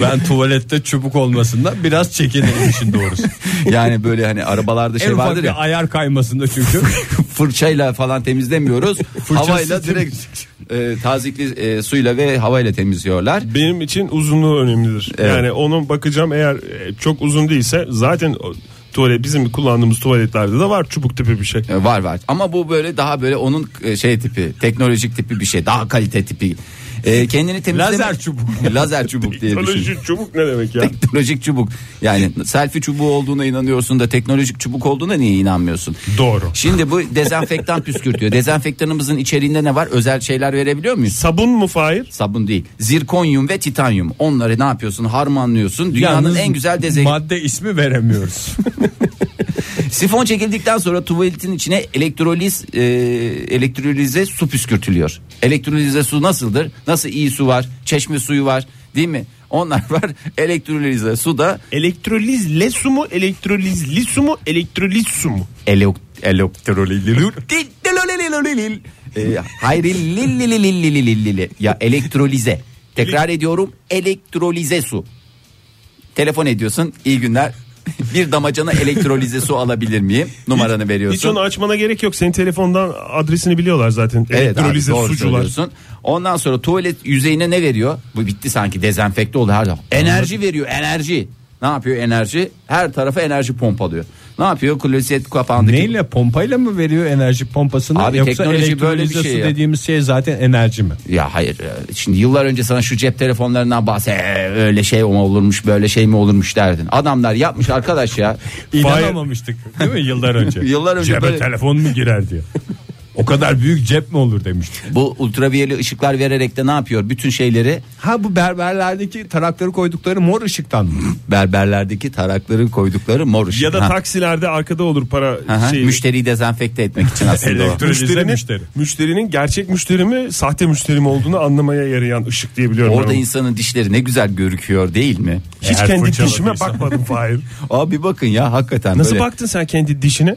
ben tuvalette çubuk olmasından biraz çekinirim işin doğrusu.
<laughs> Yani böyle hani arabalarda
en
şey
ufak
vardır ya
bir ayar kaymasında çünkü.
<laughs> fırçayla falan temizlemiyoruz.
Fırçasız
havayla direkt e, tazikli e, suyla ve havayla temizliyorlar.
Benim için uzunluğu önemlidir. Yani onun bakacağım eğer e, çok uzun değilse zaten o tuvalet bizim kullandığımız tuvaletlerde de var çubuk tipi bir şey.
E, Var var ama bu böyle daha böyle onun e, şey tipi teknolojik tipi bir şey daha kalite tipi. E, kendini temizleme...
Lazer çubuk.
<laughs> Lazer çubuk diye düşün.
Teknoloji çubuk ne demek ya?
Teknolojik çubuk yani selfie çubuğu olduğuna inanıyorsun da teknolojik çubuk olduğuna niye inanmıyorsun?
Doğru.
Şimdi bu
<laughs>
dezenfektan püskürtüyor. Dezenfektanımızın içeriğinde ne var? Özel şeyler verebiliyor muyuz?
Sabun mu Fahir?
sabun değil. Zirkonyum ve titanyum. Onları ne yapıyorsun? Harmanlıyorsun. Dünyanın
Yalnız
en güzel dezek.
Madde ismi veremiyoruz.
Sifon çekildikten sonra tuvaletin içine elektroliz e, elektrolize su püskürtülüyor. Elektrolize su nasıldır? Nasıl iyi su var? Çeşme suyu var, değil mi? Onlar <laughs> var. Elektrolize su da
Elektrolizle su mu? Elektrolizli su mu? Elektroliz su mu?
elok elektrolil e, hayır lilililililililili. ya elektrolize tekrar ediyorum elektrolize su telefon ediyorsun iyi günler <laughs> bir damacana elektrolize su alabilir miyim numaranı
Hiç onu
veriyorsun
açmana gerek yok. Senin telefondan adresini biliyorlar zaten.
Evet abi,
Elektrolize
doğru
sucular.
söylüyorsun. Ondan sonra tuvalet yüzeyine ne veriyor? Bu bitti sanki dezenfekte oldu her zaman. Enerji veriyor enerji. Ne yapıyor enerji? Her tarafa enerji pompalıyor. Ne yapıyor? Klozet kapağındaki
Neyle pompayla mı veriyor enerji pompasını
Abi
yoksa
teknoloji
elektrolize
böyle bir şey
su
ya.
dediğimiz şey zaten enerji mi?
Ya hayır e, şimdi yıllar önce sana şu cep telefonlarından bahse e, öyle şey mi olurmuş böyle şey mi olurmuş derdin. Adamlar yapmış arkadaş ya.
İnanamamıştık değil mi yıllar önce?
<laughs> Yıllar önce
Cebe
böyle-
telefon mu girer diye.
O kadar büyük cep mi olur demişti.
Bu ultraviyole ışıklar vererek de ne yapıyor? Bütün şeyleri
Ha bu berberlerdeki tarakları koydukları mor ışıktan
<laughs>
mı?
berberlerdeki tarakların koydukları mor ışık.
Ya da
Ha,
taksilerde arkada olur
ha,
para
ha.
şeyi.
Müşteriyi dezenfekte etmek için aslında o.
Elektrolize
Müşterinin,
müşteri.
müşterinin gerçek müşteri mi sahte müşteri mi olduğunu anlamaya yarayan ışık diye biliyorum.
Orada
ben onu.
insanın dişleri ne güzel görüküyor değil mi?
Hiç
Eğer
kendi
fırçaladıysa.
dişime bakmadım Fahir.
<laughs> Abi bakın ya hakikaten
Nasıl
böyle.
baktın sen kendi dişine?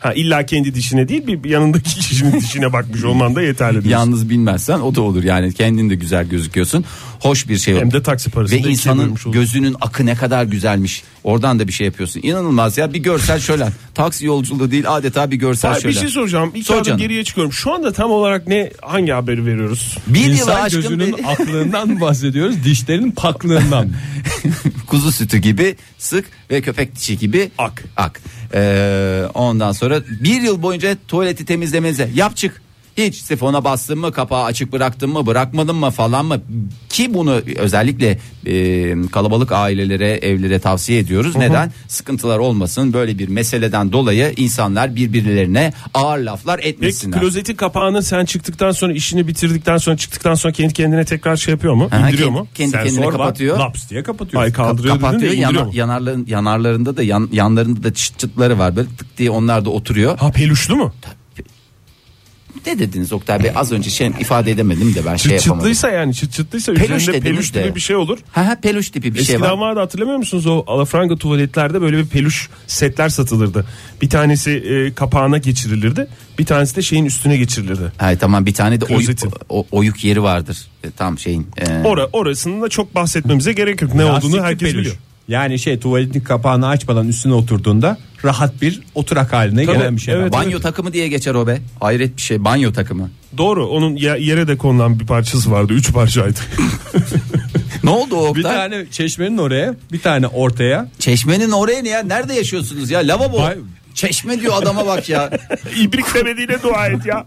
Ha illa kendi dişine değil bir bir yanındaki <laughs> kişinin dişine bakmış olman da yeterli diyorsun.
Yalnız bilmezsen o da olur yani kendin de güzel gözüküyorsun. Hoş bir şey olur.
Hem de taksi
Ve
parasını da ikiye
insanın
bölmüş olur.
gözünün akı ne kadar güzelmiş. Oradan da bir şey yapıyorsun. İnanılmaz ya bir görsel şölen. Taksi yolculuğu değil adeta bir görsel
Hayır,
şölen.
bir şey soracağım. İki
Sor
adım
canım.
geriye çıkıyorum. Şu anda tam olarak ne hangi haberi veriyoruz?
Bir yıl
İnsan
aşkın
gözünün
bir-
aklığından mı bahsediyoruz dişlerinin
<laughs>
paklığından. mı?
kuzu sütü gibi sık ve köpek dişi gibi ak. ak. Ee, ondan sonra bir yıl boyunca tuvaleti temizlemenize yap çık. Hiç sifona bastın mı kapağı açık bıraktın mı bırakmadın mı falan mı ki bunu özellikle e, kalabalık ailelere evlere tavsiye ediyoruz. Neden? Sıkıntılar olmasın böyle bir meseleden dolayı insanlar birbirlerine ağır laflar
Peki
etmesinler.
klozetin kapağını sen çıktıktan sonra işini bitirdikten sonra çıktıktan sonra kendi kendine tekrar şey yapıyor mu?
Aha,
İndiriyor
kendi-
mu?
Kendi
Sen
kendine
sor bak,
kapatıyor. Şey
Laps diye kapatıyor.
Ay kaldırıyor dedin de
kapatıyor
indiriyor
yana-
mu?
yanarların yanarlarında da yan- yanlarında da çıt çıtları var böyle tık diye onlar da oturuyor.
Ha peluşlu mu?
Ne dediniz Oktay Bey az önce şey ifade edemedim de ben şey
Çıt
yapamadım.
çıtlıysa yani çıt çıtlıysa
Peluş
üzerinde
dediniz
peluş
de.
gibi bir şey olur.
Ha ha peluş tipi bir şey
Eskiden
var.
vardı hatırlamıyor musunuz o alafranga tuvaletlerde böyle bir peluş setler satılırdı. Bir tanesi e, kapağına geçirilirdi. Bir tanesi de şeyin üstüne geçirilirdi.
Hayır tamam bir tane de oyuk,
Klozetin.
o- oyuk yeri vardır. E, tam şeyin. e,
Ora, orasını da çok bahsetmemize gerek yok. Ne
Lastikli
olduğunu herkes
peluş.
biliyor.
Yani şey tuvaletin kapağını açmadan üstüne oturduğunda rahat bir oturak haline gelen bir şey.
evet.
banyo takımı diye geçer o be. Hayret bir şey banyo takımı.
Doğru onun ye- yere de konulan bir parçası vardı. Üç parçaydı.
Ne oldu o
Bir
Oktay?
tane çeşmenin oraya, bir tane ortaya.
Çeşmenin oraya ne ya? Nerede yaşıyorsunuz ya? Lavabo.
Vay.
Çeşme diyor adama
<laughs>
bak ya.
İbrik demediğine dua et ya.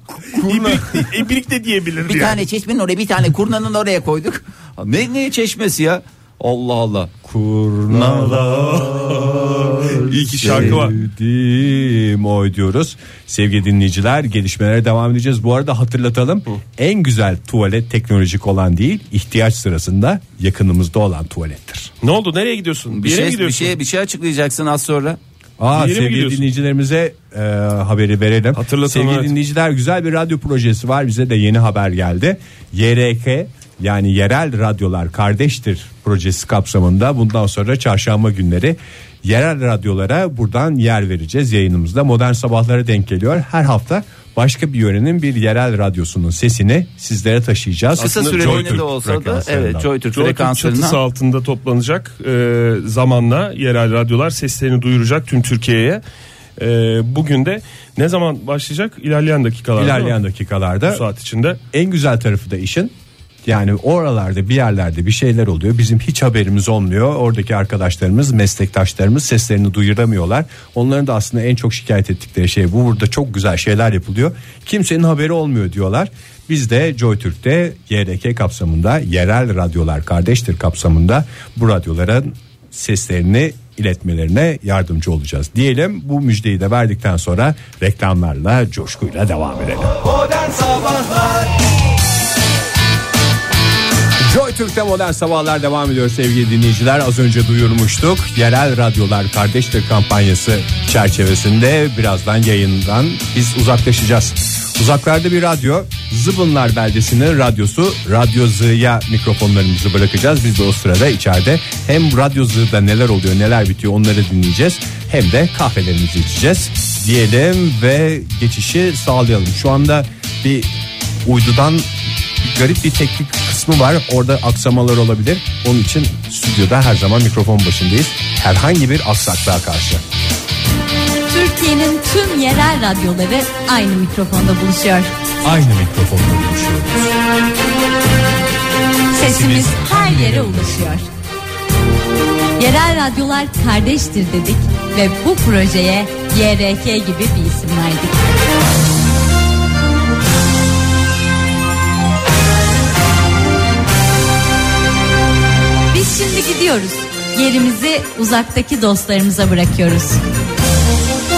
İbrik, de- ibrik de diyebilirdi
Bir
yani.
tane çeşmenin oraya bir tane kurnanın oraya koyduk. Ne ne çeşmesi ya? Allah Allah.
İyi ki şarkı var.
Sevdim oy diyoruz. Sevgili dinleyiciler gelişmelere devam edeceğiz. Bu arada hatırlatalım. En güzel tuvalet teknolojik olan değil ihtiyaç sırasında yakınımızda olan tuvalettir.
Ne oldu nereye gidiyorsun? Bir
Bir
yere mi
şey, bir
gidiyorsun?
şey bir şey açıklayacaksın az sonra.
Aa,
Bir yere mi
sevgili
gidiyorsun?
dinleyicilerimize e, haberi verelim.
Hatırlatalım,
sevgili
evet.
dinleyiciler güzel bir radyo projesi var. Bize de yeni haber geldi. YRK yani yerel radyolar kardeştir projesi kapsamında bundan sonra çarşamba günleri yerel radyolara buradan yer vereceğiz yayınımızda. Modern sabahlara denk geliyor. Her hafta başka bir yörenin bir yerel radyosunun sesini sizlere
<laughs>
taşıyacağız.
Kısa
Aslında
süreliğine
Joytürk
de olsa da
frekanslarından.
evet JoyTürk
Joytürk çatısı
frekanslarından
altında toplanacak e, zamanla yerel radyolar seslerini duyuracak tüm Türkiye'ye. E, bugün de ne zaman başlayacak? İlerleyen dakikalarda.
İlerleyen
değil mi?
dakikalarda
Bu saat içinde.
E,
en güzel tarafı da işin yani oralarda bir yerlerde bir şeyler oluyor bizim hiç haberimiz olmuyor oradaki arkadaşlarımız meslektaşlarımız seslerini duyuramıyorlar onların da aslında en çok şikayet ettikleri şey bu burada çok güzel şeyler yapılıyor kimsenin haberi olmuyor diyorlar biz de JoyTürk'te YRK kapsamında yerel radyolar kardeştir kapsamında bu radyoların seslerini iletmelerine yardımcı olacağız diyelim bu müjdeyi de verdikten sonra reklamlarla coşkuyla devam edelim.
Modern Sabahlar
Joy Türk'te modern sabahlar devam ediyor sevgili dinleyiciler. Az önce duyurmuştuk. Yerel radyolar kardeştir kampanyası çerçevesinde birazdan yayından biz uzaklaşacağız. Uzaklarda bir radyo Zıbınlar beldesinin radyosu Radyo Z'ya mikrofonlarımızı bırakacağız. Biz de o sırada içeride hem Radyo Z'da neler oluyor neler bitiyor onları dinleyeceğiz. Hem de kahvelerimizi içeceğiz diyelim ve geçişi sağlayalım. Şu anda bir uydudan garip bir teknik kısmı var. Orada aksamalar olabilir. Onun için stüdyoda her zaman mikrofon başındayız. Herhangi bir aksaklığa karşı.
Türkiye'nin tüm yerel radyoları aynı mikrofonda buluşuyor.
Aynı mikrofonla konuşuyoruz.
Sesimiz her yere ulaşıyor. Yerel radyolar kardeştir dedik ve bu projeye YRK gibi bir isim verdik. Biz şimdi gidiyoruz. Yerimizi uzaktaki dostlarımıza bırakıyoruz.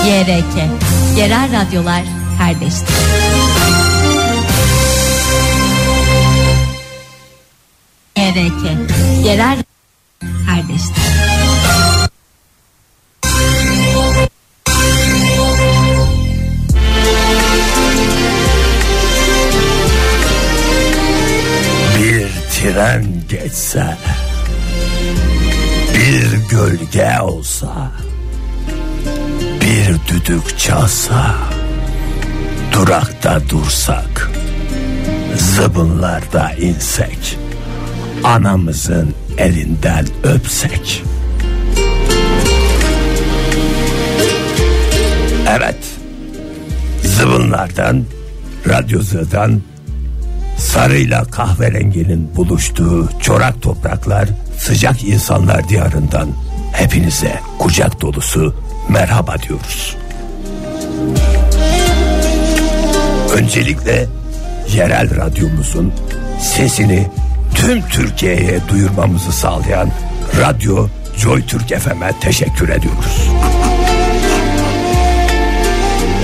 YRK, yerel radyolar kardeştir. YRK. Yerel kardeştir.
Bir tren geçse Bir gölge olsa Bir düdük çalsa Durakta dursak Zıbınlarda insek Anamızın elinden öpsek Evet Zıbınlardan Radyozadan Sarıyla kahverenginin buluştuğu çorak topraklar sıcak insanlar diyarından hepinize kucak dolusu merhaba diyoruz. Öncelikle yerel radyomuzun sesini tüm Türkiye'ye duyurmamızı sağlayan Radyo Joy Türk FM'e teşekkür ediyoruz.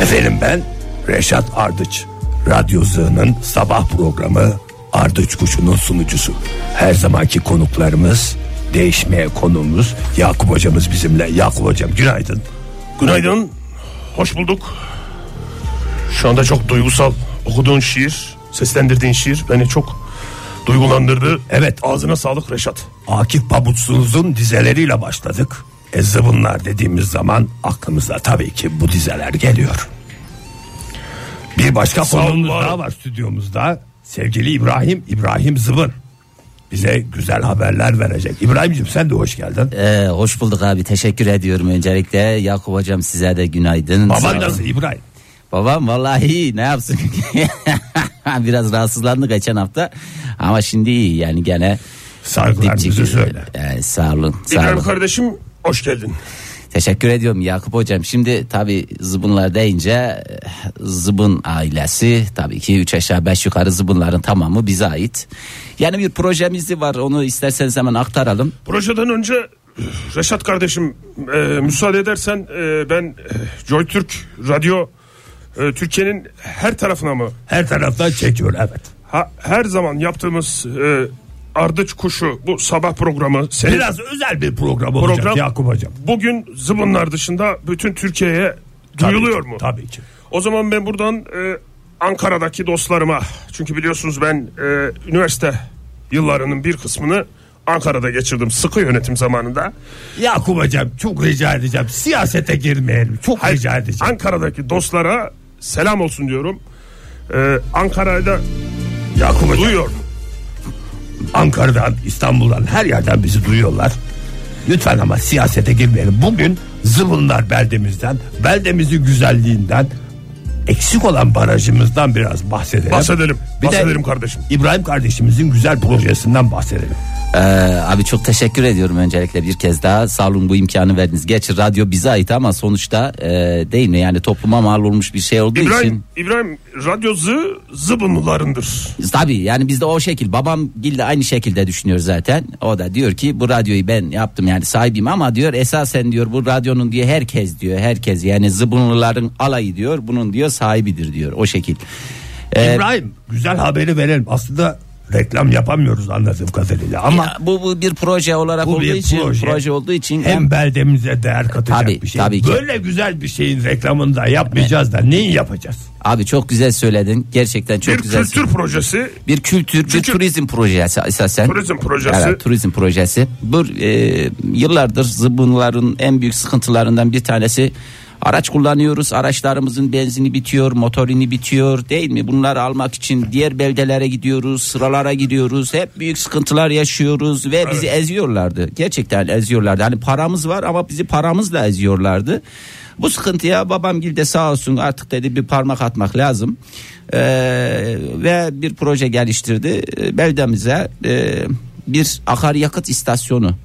Efendim ben Reşat Ardıç. Radyo Zığı'nın sabah programı Ardıç Kuşu'nun sunucusu. Her zamanki konuklarımız değişmeye konuğumuz Yakup hocamız bizimle. Yakup hocam günaydın.
Günaydın. Hoş bulduk. Şu anda çok duygusal. Okuduğun şiir, seslendirdiğin şiir beni çok duygulandırdı.
Evet.
Ağzına sağlık Reşat.
Akif Pabutsuz'un dizeleriyle başladık. E zıbınlar dediğimiz zaman aklımıza tabii ki bu dizeler geliyor. Bir başka
Sağ
konuğumuz
olun.
daha var stüdyomuzda. Sevgili İbrahim, İbrahim Zıbın. Bize güzel haberler verecek. İbrahim'cim sen de hoş geldin.
Ee, hoş bulduk abi teşekkür ediyorum öncelikle Yakup hocam size de günaydın Sağ
Baban
olun.
nasıl İbrahim?
Babam vallahi iyi ne yapsın <laughs> biraz rahatsızlandı geçen hafta ama şimdi iyi yani gene
Saygılarımızı
dipçik-
söyle.
Ee, sağ olun sağ
İbrahim
olun
kardeşim hoş geldin.
teşekkür ediyorum Yakup hocam şimdi tabi zıbınlar deyince eh, zıbın ailesi tabii ki üç aşağı beş yukarı zıbınların tamamı bize ait yani bir projemiz de var onu isterseniz hemen aktaralım
Projeden önce Reşat kardeşim e, müsaade edersen e, ben e, Joy Türk Radyo e, Türkiye'nin her tarafına mı?
Her taraftan çekiyor evet.
Ha- her zaman yaptığımız e, Ardıç Kuşu bu sabah programı. senin-
Biraz özel bir program olacak
Program-
Yakup hocam.
Bugün zıbınlar dışında bütün Türkiye'ye
Tabii
duyuluyor
ki,
mu?
Tabii ki.
O zaman ben buradan e, Ankara'daki dostlarıma çünkü biliyorsunuz ben e, üniversite yıllarının bir kısmını Ankara'da geçirdim sıkı yönetim zamanında.
Yakup hocam çok rica edeceğim. Siyasete girmeyelim. Çok rica edeceğim.
Ankara'daki dostlara selam olsun diyorum. E, Ankara'da
Yakup hocam
duyuyor.
Ankara'dan, İstanbul'dan her yerden bizi duyuyorlar. Lütfen ama siyasete girmeyelim. Bugün zıvınlar beldemizden, beldemizin güzelliğinden, eksik olan barajımızdan biraz bahsedelim.
Bahsedelim.
Bir de
bahsedelim kardeşim.
İbrahim kardeşimizin güzel projesinden bahsedelim.
Ee, abi çok teşekkür ediyorum öncelikle bir kez daha sağ olun bu imkanı verdiniz. Gerçi radyo bize ait ama sonuçta e, değil mi yani topluma mal olmuş bir şey olduğu
İbrahim
için.
İbrahim radyozu zıbınlılarındır.
Tabii yani biz de o şekil babam Gil de aynı şekilde düşünüyor zaten. O da diyor ki bu radyoyu ben yaptım yani sahibim ama diyor esasen diyor bu radyonun diye herkes diyor herkes yani zıbınlıların alayı diyor bunun diyor sahibidir diyor o şekil. Ee,
İbrahim güzel haberi verelim. Aslında reklam yapamıyoruz anladığım kadarıyla ama
ya bu, bu bir proje olarak
Bu
olduğu
bir
için proje,
proje.
olduğu için
hem beldemize değer katacak
Tabii,
bir şey.
tabii ki.
Böyle güzel bir şeyin reklamını da yapmayacağız da neyi yapacağız?
abi çok güzel söyledin gerçekten çok
bir
güzel
kültür projesi
bir kültür,
Çünkü-
bir turizm projesi esasen.
Turizm projesi.
Evet, turizm projesi. Bu e, yıllardır zıbınların en büyük sıkıntılarından bir tanesi araç kullanıyoruz. Araçlarımızın benzini bitiyor, motorini bitiyor değil mi? Bunları almak için diğer beldelere gidiyoruz, sıralara gidiyoruz. Hep büyük sıkıntılar yaşıyoruz ve bizi eziyorlardı. Gerçekten eziyorlardı. Hani paramız var ama bizi paramızla eziyorlardı. Bu sıkıntıya babamgil de sağ olsun artık dedi bir parmak atmak lazım. Ee, ve bir proje geliştirdi. Ee, Beldemize e, bir akaryakıt istasyonu.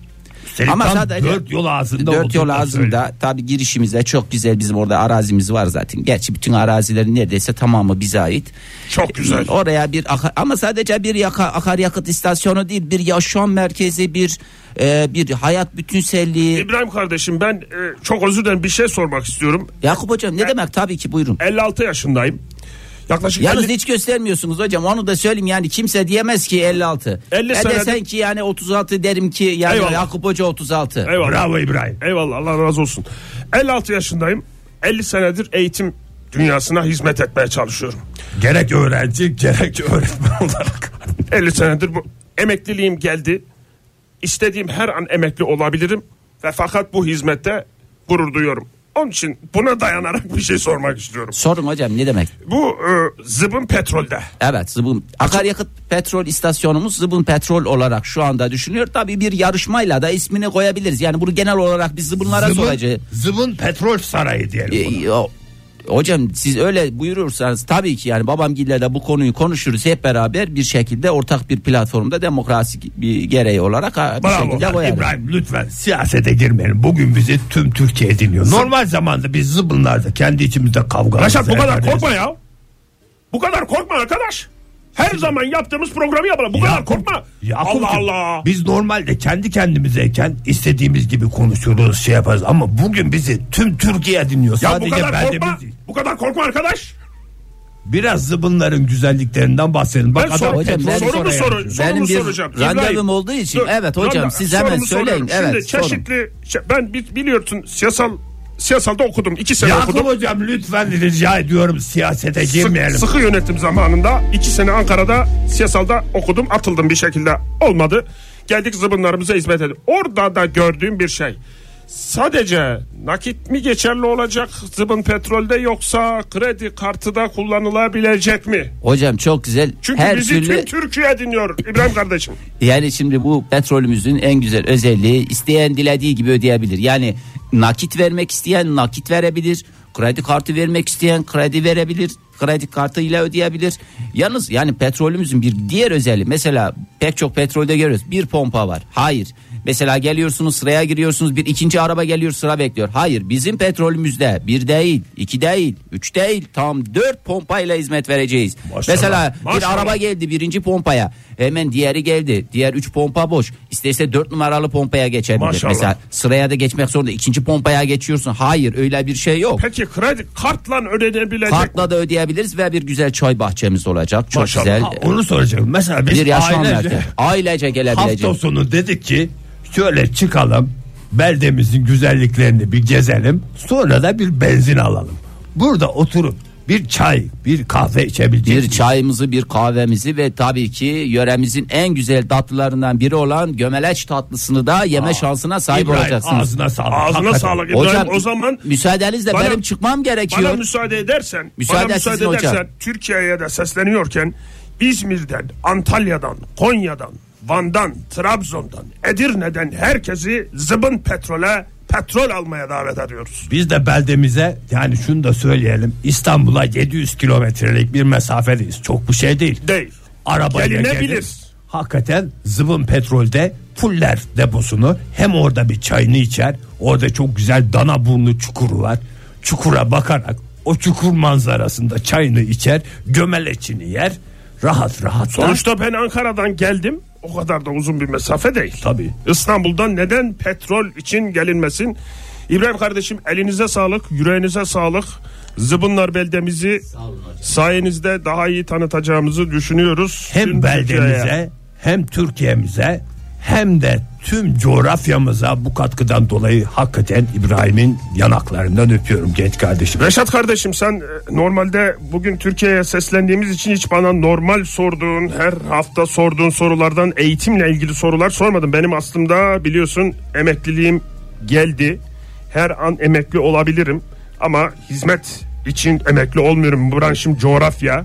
Üstelik tam dört yol ağzında
Dört
olduğunu
yol
da söyleyeyim.
ağzında tabi girişimizde çok güzel bizim orada arazimiz var zaten. Gerçi bütün arazilerin neredeyse tamamı bize ait. E,
çok güzel.
Oraya bir aka- ama sadece bir yaka, akaryakıt istasyonu değil bir yaşam merkezi bir e, bir hayat bütünselliği.
İbrahim kardeşim ben e, çok özür dilerim bir şey sormak istiyorum.
Yakup hocam ne demek tabii ki buyurun.
56 yaşındayım. Yaklaşık
Yalnız
50
hiç göstermiyorsunuz hocam onu da söyleyeyim yani kimse diyemez ki 56.
50
50 e
senede-
desen ki yani 36 derim ki yani
Eyvallah.
Yakup Hoca 36.
Eyvallah. Bravo İbrahim. Eyvallah Allah razı olsun. 56 yaşındayım. 50 senedir eğitim dünyasına hizmet etmeye çalışıyorum.
Gerek öğrenci gerek öğretmen olarak.
50 senedir bu emekliliğim geldi. İstediğim her an emekli olabilirim ve fakat bu hizmette gurur duyuyorum. Onun için buna dayanarak bir şey sormak istiyorum.
Sorun hocam ne demek?
Bu e, zıbın petrolde.
Evet zıbın akaryakıt petrol istasyonumuz zıbın petrol olarak şu anda düşünüyor. Tabii bir yarışmayla da ismini koyabiliriz. Yani bunu genel olarak biz zıbınlara soracağız.
zıbın petrol sarayı diyelim. buna.
E, o- Hocam siz öyle buyurursanız tabii ki yani babamgille de bu konuyu konuşuruz hep beraber bir şekilde ortak bir platformda demokrasi bir gereği olarak ha, bir
Bravo.
şekilde koyarız.
İbrahim lütfen siyasete girmeyelim. Bugün bizi tüm Türkiye dinliyor. Normal zamanda biz zıbınlarda kendi içimizde kavga.
Reşat bu kadar korkma ya. Bu kadar korkma arkadaş. Her zaman yaptığımız programı yapalım. Bu kadar korkma.
Yakup'cum,
Allah Allah.
Biz normalde kendi kendimizeyken istediğimiz gibi konuşuyoruz şey yaparız ama bugün bizi tüm Türkiye dinliyor.
Ya bu
Sadece
kadar
ben de
korkma.
biz değil.
Bu kadar korkma arkadaş.
Biraz zıbınların güzelliklerinden bahsedelim. Bak
Ben sor-
adam
Hocam,
petrol
ben-
sarayı
sorumu
yapıyor.
sorun.
Benim
Sorumu
bir
soracağım.
randevum
İbrahim,
olduğu için.
dur,
evet hocam
randa-
siz hemen
sorumu
söyleyin.
soruyorum.
Evet, sorun.
Şimdi çeşitli şey- ben bi- biliyorsun siyasal siyasalda okudum. iki sene
Yakup
okudum.
hocam lütfen rica ediyorum siyasete
Sık-
girmeyelim.
sıkı yönetim zamanında iki sene Ankara'da siyasalda okudum atıldım bir şekilde olmadı. Geldik zıbınlarımıza hizmet edin. Orada da gördüğüm bir şey. Sadece nakit mi geçerli olacak zıbın petrolde yoksa kredi kartı da kullanılabilecek mi?
Hocam çok güzel.
Çünkü
Her
bizi
türlü
tüm Türkiye dinliyor İbrahim kardeşim.
yani şimdi bu petrolümüzün en güzel özelliği isteyen dilediği gibi ödeyebilir. Yani nakit vermek isteyen nakit verebilir. Kredi kartı vermek isteyen kredi verebilir. Kredi kartıyla ödeyebilir. Yalnız yani petrolümüzün bir diğer özelliği mesela pek çok petrolde görüyoruz. Bir pompa var. Hayır. Mesela geliyorsunuz sıraya giriyorsunuz bir ikinci araba geliyor sıra bekliyor. Hayır bizim petrolümüzde bir değil, iki değil, üç değil tam dört pompayla hizmet vereceğiz. Mesela bir araba geldi birinci pompaya. Hemen diğeri geldi. Diğer 3 pompa boş. İsterse 4 numaralı pompaya geçebilir.
Maşallah.
Mesela sıraya da geçmek zorunda. ikinci pompaya geçiyorsun. Hayır öyle bir şey yok.
Peki kredi kartla ödenebilecek
Kartla da ödeyebiliriz ve bir güzel çay bahçemiz olacak. Çok
Maşallah.
güzel.
Ha, onu soracağım. Mesela biz
bir
<laughs>
yaşam merkezi.
ailece
Ailece
hafta
gelebileceğiz.
sonu dedik ki şöyle çıkalım beldemizin güzelliklerini bir gezelim sonra da bir benzin alalım. Burada oturup bir çay bir kahve içebileceğiz.
Bir çayımızı, bir kahvemizi ve tabii ki yöremizin en güzel tatlılarından biri olan gömeleç tatlısını da yeme şansına sahip
İbrahim,
olacaksınız.
Ağzına sağlık.
Ağzına
Hakikaten.
sağlık İbrahim.
Hocam
o zaman
müsaadenizle
Bana-
benim çıkmam gerekiyor.
Bana müsaade edersen,
Müsaade
bana müsaade
sizin
edersen
hocam.
Türkiye'ye de sesleniyorken İzmir'den, Antalya'dan, Konya'dan, Van'dan, Trabzon'dan, Edirne'den herkesi zıbın petrole petrol almaya davet ediyoruz.
Biz de beldemize yani şunu da söyleyelim İstanbul'a 700 kilometrelik bir mesafedeyiz. Çok bu şey değil.
Değil.
Arabayla
Gelinebilir.
gelir. Hakikaten zıbın petrolde fuller deposunu hem orada bir çayını içer. Orada çok güzel dana burnu çukuru var. Çukura bakarak o çukur manzarasında çayını içer. Gömeleçini yer. Rahat rahat. da-
Sonuçta ben Ankara'dan geldim. O kadar da uzun bir mesafe değil.
Tabii.
İstanbul'dan neden petrol için gelinmesin? İbrahim kardeşim elinize sağlık, yüreğinize sağlık. Zıbınlar beldemizi sayenizde daha iyi tanıtacağımızı düşünüyoruz.
hem
Tüm Türkiye'ye.
beldemize hem Türkiye'mize hem de tüm coğrafyamıza bu katkıdan dolayı hakikaten İbrahim'in yanaklarından öpüyorum genç kardeşim.
Reşat kardeşim sen e, normalde bugün Türkiye'ye seslendiğimiz için hiç bana normal sorduğun her hafta sorduğun sorulardan eğitimle ilgili sorular sormadın. Benim aslında biliyorsun emekliliğim geldi. Her an emekli olabilirim ama hizmet için emekli olmuyorum. Branşım coğrafya.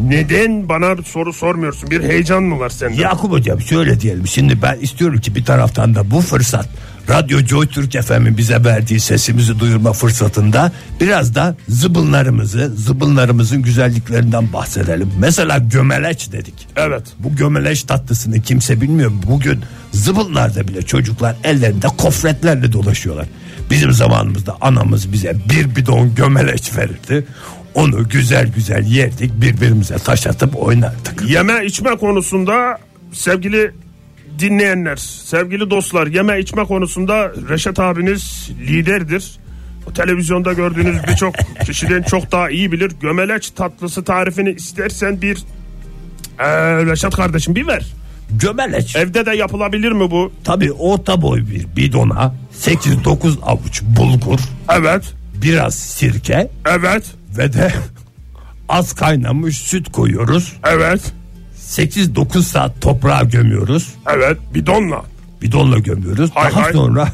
Neden bana soru sormuyorsun? Bir heyecan mı var sende?
Yakup hocam şöyle diyelim şimdi ben istiyorum ki bir taraftan da bu fırsat Radyo Joy Türk FM'in bize verdiği sesimizi duyurma fırsatında biraz da zıbınlarımızı, zıbınlarımızın güzelliklerinden bahsedelim. Mesela gömeleç dedik.
Evet.
Bu gömeleç tatlısını kimse bilmiyor. Bugün zıbınlarda bile çocuklar ellerinde kofretlerle dolaşıyorlar. Bizim zamanımızda anamız bize bir bidon gömeleç verirdi. Onu güzel güzel yerdik birbirimize taş atıp oynardık.
Yeme içme konusunda sevgili dinleyenler, sevgili dostlar yeme içme konusunda Reşat abiniz liderdir. televizyonda gördüğünüz
<laughs>
birçok kişiden çok daha iyi bilir. Gömeleç tatlısı tarifini istersen bir ee, Reşat kardeşim bir ver.
Gömeleç.
Evde de yapılabilir mi bu?
Tabii orta boy bir bidona 8-9 avuç bulgur,
Evet.
biraz sirke
Evet.
ve de az kaynamış süt koyuyoruz.
Evet.
8-9 saat toprağa gömüyoruz.
Evet. Bidonla.
Bidonla gömüyoruz.
Hay
Daha
hay.
sonra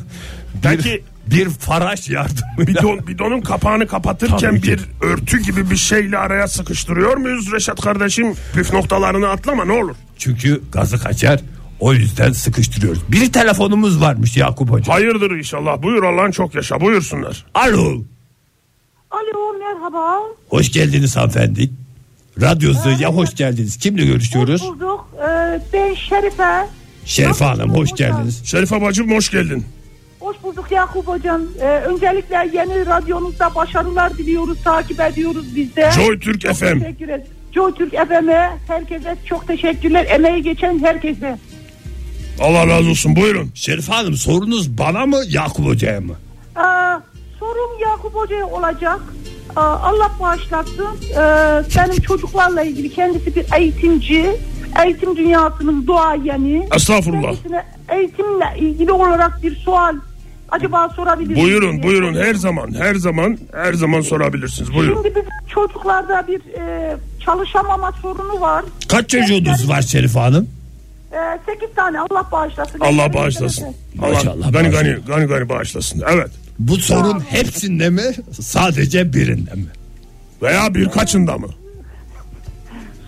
bir,
Belki-
bir faraş yardımıyla
Bidon, bidonun kapağını kapatırken
Tabii ki.
bir örtü gibi bir şeyle araya sıkıştırıyor muyuz Reşat kardeşim? Püf noktalarını atlama ne olur.
Çünkü gazı kaçar. O yüzden sıkıştırıyoruz. Bir telefonumuz varmış Yakup Hoca.
Hayırdır inşallah. Buyur Allah'ın çok yaşa. Buyursunlar.
Alo.
Alo merhaba.
Hoş geldiniz hanımefendi. Radyosu'ya hoş geldiniz. Kimle görüşüyoruz?
Bulduk. Ee, ben Şerife.
Şerife Hanım hoş geldiniz.
Şerife bacım hoş geldin.
Hoş bulduk Yakup Hocam. Ee, öncelikle yeni radyonuzda başarılar diliyoruz. Takip ediyoruz biz de.
Joy Türk
Çok
FM.
Teşekkür ederim. Joy Türk FM'e herkese çok teşekkürler. Emeği geçen herkese.
Allah razı olsun buyurun.
Şerife Hanım sorunuz bana mı Yakup Hoca'ya mı?
Ee, sorum Yakup Hoca'ya olacak. Ee, Allah bağışlatsın. Ee, benim çocuklarla ilgili kendisi bir eğitimci. Eğitim dünyasının duayeni.
Estağfurullah.
Kendisine eğitimle ilgili olarak bir sual acaba sorabilir miyim?
Buyurun buyurun her zaman her zaman her zaman sorabilirsiniz. Buyurun.
Şimdi bizim çocuklarda bir e, çalışamama sorunu var.
Kaç çocuğunuz var Şerife Hanım?
E, 8 tane Allah bağışlasın.
Allah bağışlasın. Allah
Maşallah,
gani gani
bağışlasın.
gani gani bağışlasın. Evet.
Bu sorun hepsinde mi? Sadece birinde mi?
Veya birkaçında mı?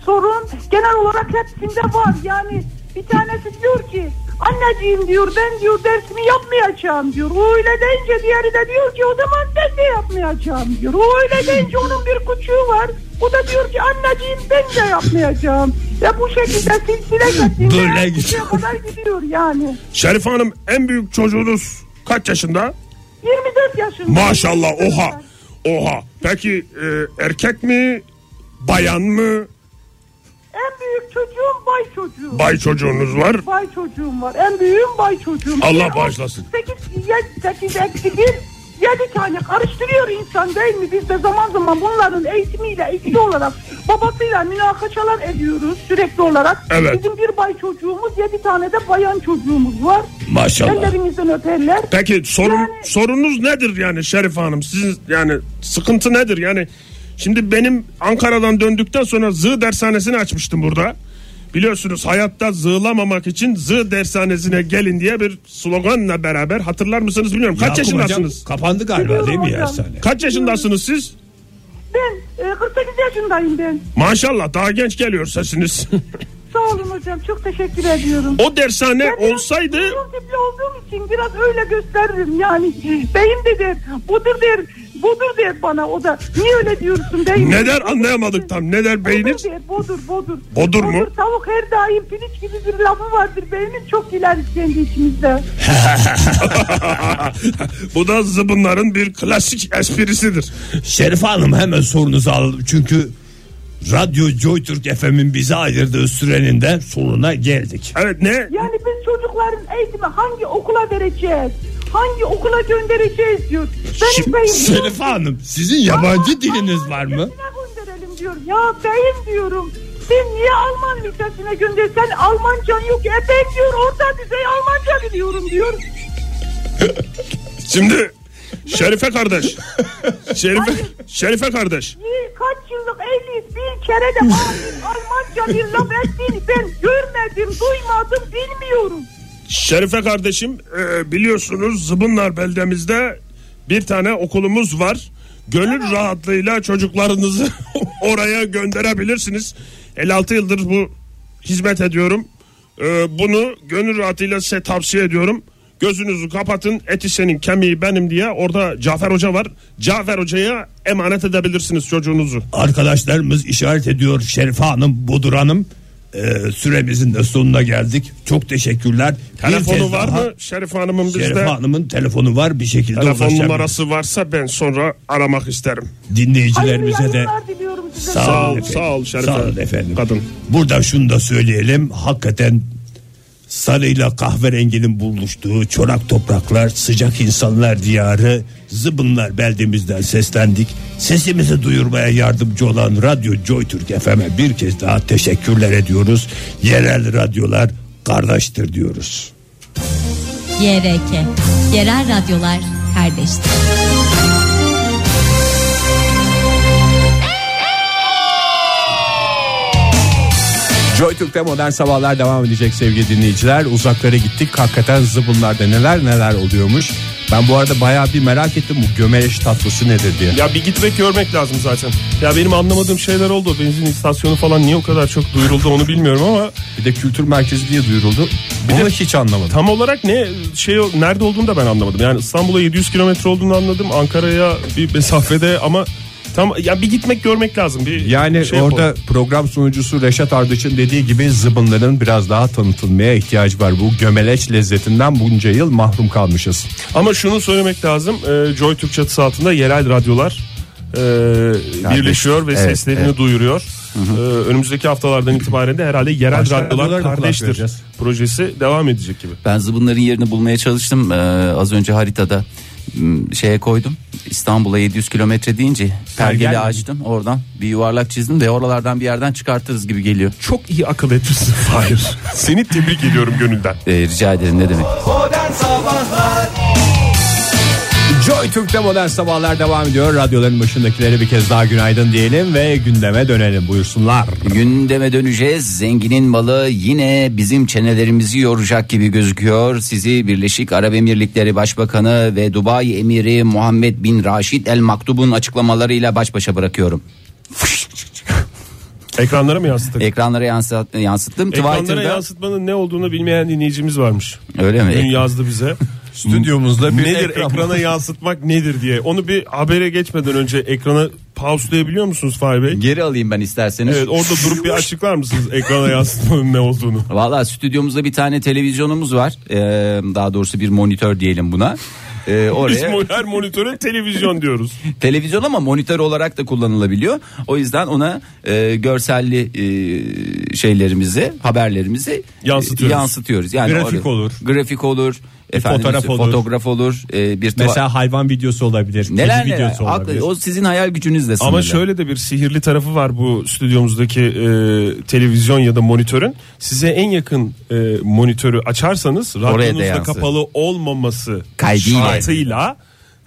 Sorun genel olarak hepsinde var. Yani bir tanesi diyor ki anneciğim diyor ben diyor dersimi yapmayacağım diyor. O öyle deyince diğeri de diyor ki o zaman ben de yapmayacağım diyor. O öyle deyince onun bir küçüğü var. O da diyor ki anneciğim ben de yapmayacağım. Ve bu şekilde
<laughs>
silsile şeklinde
Böyle
her şeye
gidiyor.
kadar gidiyor yani.
Şerife Hanım en büyük çocuğunuz kaç yaşında?
24 yaşında.
Maşallah oha. Oha. Peki e, erkek mi? Bayan mı?
En büyük çocuğum bay çocuğu.
Bay çocuğunuz var.
Bay çocuğum var. En büyüğüm bay çocuğum.
Allah bağışlasın.
8, 8 eksi 1, 7 tane karıştırıyor insan değil mi? Biz de zaman zaman bunların eğitimiyle ilgili olarak babasıyla münakaşalar ediyoruz sürekli olarak.
Evet.
Bizim bir bay çocuğumuz, 7 tane de bayan çocuğumuz var.
Maşallah.
Ellerinizden öperler.
Peki sorun
Yani-
sorunuz nedir yani Şerife Hanım? Sizin yani sıkıntı nedir? Yani şimdi benim Ankara'dan döndükten sonra zı dershanesini açmıştım burada. Biliyorsunuz hayatta zığlamamak için zı dershanesine gelin diye bir sloganla beraber hatırlar mısınız bilmiyorum. Kaç
Yakup Hocam,
yaşındasınız?
kapandı galiba
Biliyorum
değil mi
hocam.
hastane?
Kaç yaşındasınız siz?
Ben e, 48 yaşındayım ben.
Maşallah daha genç geliyor sesiniz.
Sağ olun hocam, çok teşekkür ediyorum.
o dershane
Ben biraz
olsaydı
uzun tipli olduğum için biraz öyle gösteririm yani. Beyim de der, budur der, budur der bana o da. Niye öyle diyorsun beyim?
ne der anlayamadık tam.
<laughs>
Ne der beyniniz?
Budur der, bodur, bodur.
Bodur mu?
tavuk her daim piliç gibi bir lafı vardır. Beynin çok ileriz kendi içimizde.
<laughs> Bu da zıbınların bir klasik esprisidir.
Şerife Hanım hemen sorunuzu alalım. Çünkü Radyo Joytürk FM'in bize ayırdığı sürenin de sonuna geldik.
Evet ne?
Yani biz çocukların eğitimi hangi okula vereceğiz? Hangi okula göndereceğiz diyor. Benim
Şimdi
beyim diyor
Şerife
ki,
Hanım sizin yabancı diliniz var mı?
Alman lisesine gönderelim diyor. Ya beyim diyorum. Sen niye Alman lisesine göndersen Almancan yok. E ben diyor orta düzey Almanca biliyorum diyor.
Şimdi Şerife kardeş. Şerife, Şerife kardeş.
Bir kaç yıllık evliyiz bir kere de Al- Almanca bir laf ettiğini ben görmedim, duymadım, bilmiyorum.
Şerife kardeşim e, biliyorsunuz Zıbınlar beldemizde bir tane okulumuz var. Gönül rahatlığıyla çocuklarınızı <laughs> oraya gönderebilirsiniz. 56 yıldır bu hizmet ediyorum. E, bunu gönül rahatlığıyla size tavsiye ediyorum. Gözünüzü kapatın eti senin kemiği benim diye orada Cafer Hoca var. Cafer Hoca'ya emanet edebilirsiniz çocuğunuzu.
Arkadaşlarımız işaret ediyor Şerife Hanım, Budur Hanım. Ee, süremizin de sonuna geldik. Çok teşekkürler. Bir kez
Telefonu var
daha
mı Şerife Hanım'ın bizde?
Şerife Hanım'ın telefonu var bir şekilde
Telefon
ulaşabilir.
numarası varsa ben sonra aramak isterim.
Hayırlı
Dinleyicilerimize de
yayınlar diliyorum size.
sağ
Sağ
olun
ol,
efendim.
sağ ol Şerife
Sağ olun efendim.
kadın.
Burada şunu da söyleyelim. Hakikaten Sarıyla kahverenginin buluştuğu çorak topraklar, sıcak insanlar diyarı, zıbınlar beldemizden seslendik. Sesimizi duyurmaya yardımcı olan Radyo Joy Türk FM'e bir kez daha teşekkürler ediyoruz. Yerel radyolar kardeştir diyoruz.
YRK. Yerel radyolar kardeştir.
JoyTürk'te modern sabahlar devam edecek sevgili dinleyiciler. Uzaklara gittik. Hakikaten zıbınlarda neler neler oluyormuş. Ben bu arada bayağı bir merak ettim bu gömeleş tatlısı nedir diye.
Ya bir gitmek görmek lazım zaten. Ya benim anlamadığım şeyler oldu. Benzin istasyonu falan niye o kadar çok duyuruldu onu bilmiyorum ama.
Bir de kültür merkezi diye duyuruldu.
Bir
Onu hiç anlamadım.
Tam olarak ne şey nerede olduğunu da ben anlamadım. Yani İstanbul'a 700 kilometre olduğunu anladım. Ankara'ya bir mesafede ama tam ya bir gitmek görmek lazım. Bir
Yani
şey
orada
yapalım.
program sunucusu Reşat Ardıç'ın dediği gibi zıbınların biraz daha tanıtılmaya ihtiyacı var. Bu gömeleç lezzetinden bunca yıl mahrum kalmışız.
Ama şunu söylemek lazım. e, Joy Türk çatısı altında yerel radyolar e, birleşiyor ve
Evet,
seslerini
evet.
duyuruyor. E, önümüzdeki haftalardan itibaren de herhalde yerel
Başka
radyolar
radyolara da kulak
kardeştir
vereceğiz.
projesi devam edecek gibi.
Ben zıbınların yerini bulmaya çalıştım. Ee, az önce haritada m, şeye koydum. İstanbul'a 700 kilometre deyince pergeli
Pergel mi?
açtım. Oradan bir yuvarlak çizdim de oralardan bir yerden çıkartırız gibi geliyor.
Çok iyi akıl etmişsin Fahir.
<laughs>
Seni tebrik ediyorum gönülden.
Ee, rica ederim ne demek.
Modern Sabahlar
Joy Türk'te modern sabahlar devam ediyor. Radyoların başındakilere bir kez daha günaydın diyelim ve gündeme dönelim buyursunlar.
Gündeme döneceğiz. Zenginin malı yine bizim çenelerimizi yoracak gibi gözüküyor. Sizi Birleşik Arap Emirlikleri Başbakanı ve Dubai Emiri Muhammed bin Raşid El Maktub'un açıklamalarıyla baş başa bırakıyorum.
<laughs> Ekranlara mı yansıttık?
Ekranlara yansıt, yansıttım.
Ekranlara
Twitter'da-
yansıtmanın ne olduğunu bilmeyen dinleyicimiz varmış.
Öyle mi?
Dün yazdı bize.
<laughs> Stüdyomuzda bir
nedir
ekran var. <laughs>
ekrana yansıtmak nedir diye. Onu bir habere geçmeden önce ekrana pauslayabiliyor musunuz Fahir Bey?
Geri alayım ben isterseniz.
Evet orada durup bir
<laughs>
açıklar mısınız ekrana yansıtmanın ne olduğunu?
Valla stüdyomuzda bir tane televizyonumuz var. Ee, daha doğrusu bir monitör diyelim buna. Ee,
Biz
oraya
mo- her monitöre televizyon diyoruz.
televizyon ama monitör olarak da kullanılabiliyor. O yüzden ona e, görselli e, şeylerimizi, haberlerimizi
Yansıtıyoruz.
e, yansıtıyoruz. Yani
Grafik olur.
Grafik olur.
fotoğraf olur.
Fotoğraf olur. e, bir tuva-
Mesela hayvan videosu olabilir.
neler
kedi
neler.
videosu
Haklı.
olabilir.
O sizin hayal gücünüzle sınırlı.
Ama şöyle de bir sihirli tarafı var bu stüdyomuzdaki e, televizyon ya da monitörün. Size en yakın e, monitörü açarsanız
da
radyonuzda
yansır.
kapalı olmaması
Kaydıyla.
şartıyla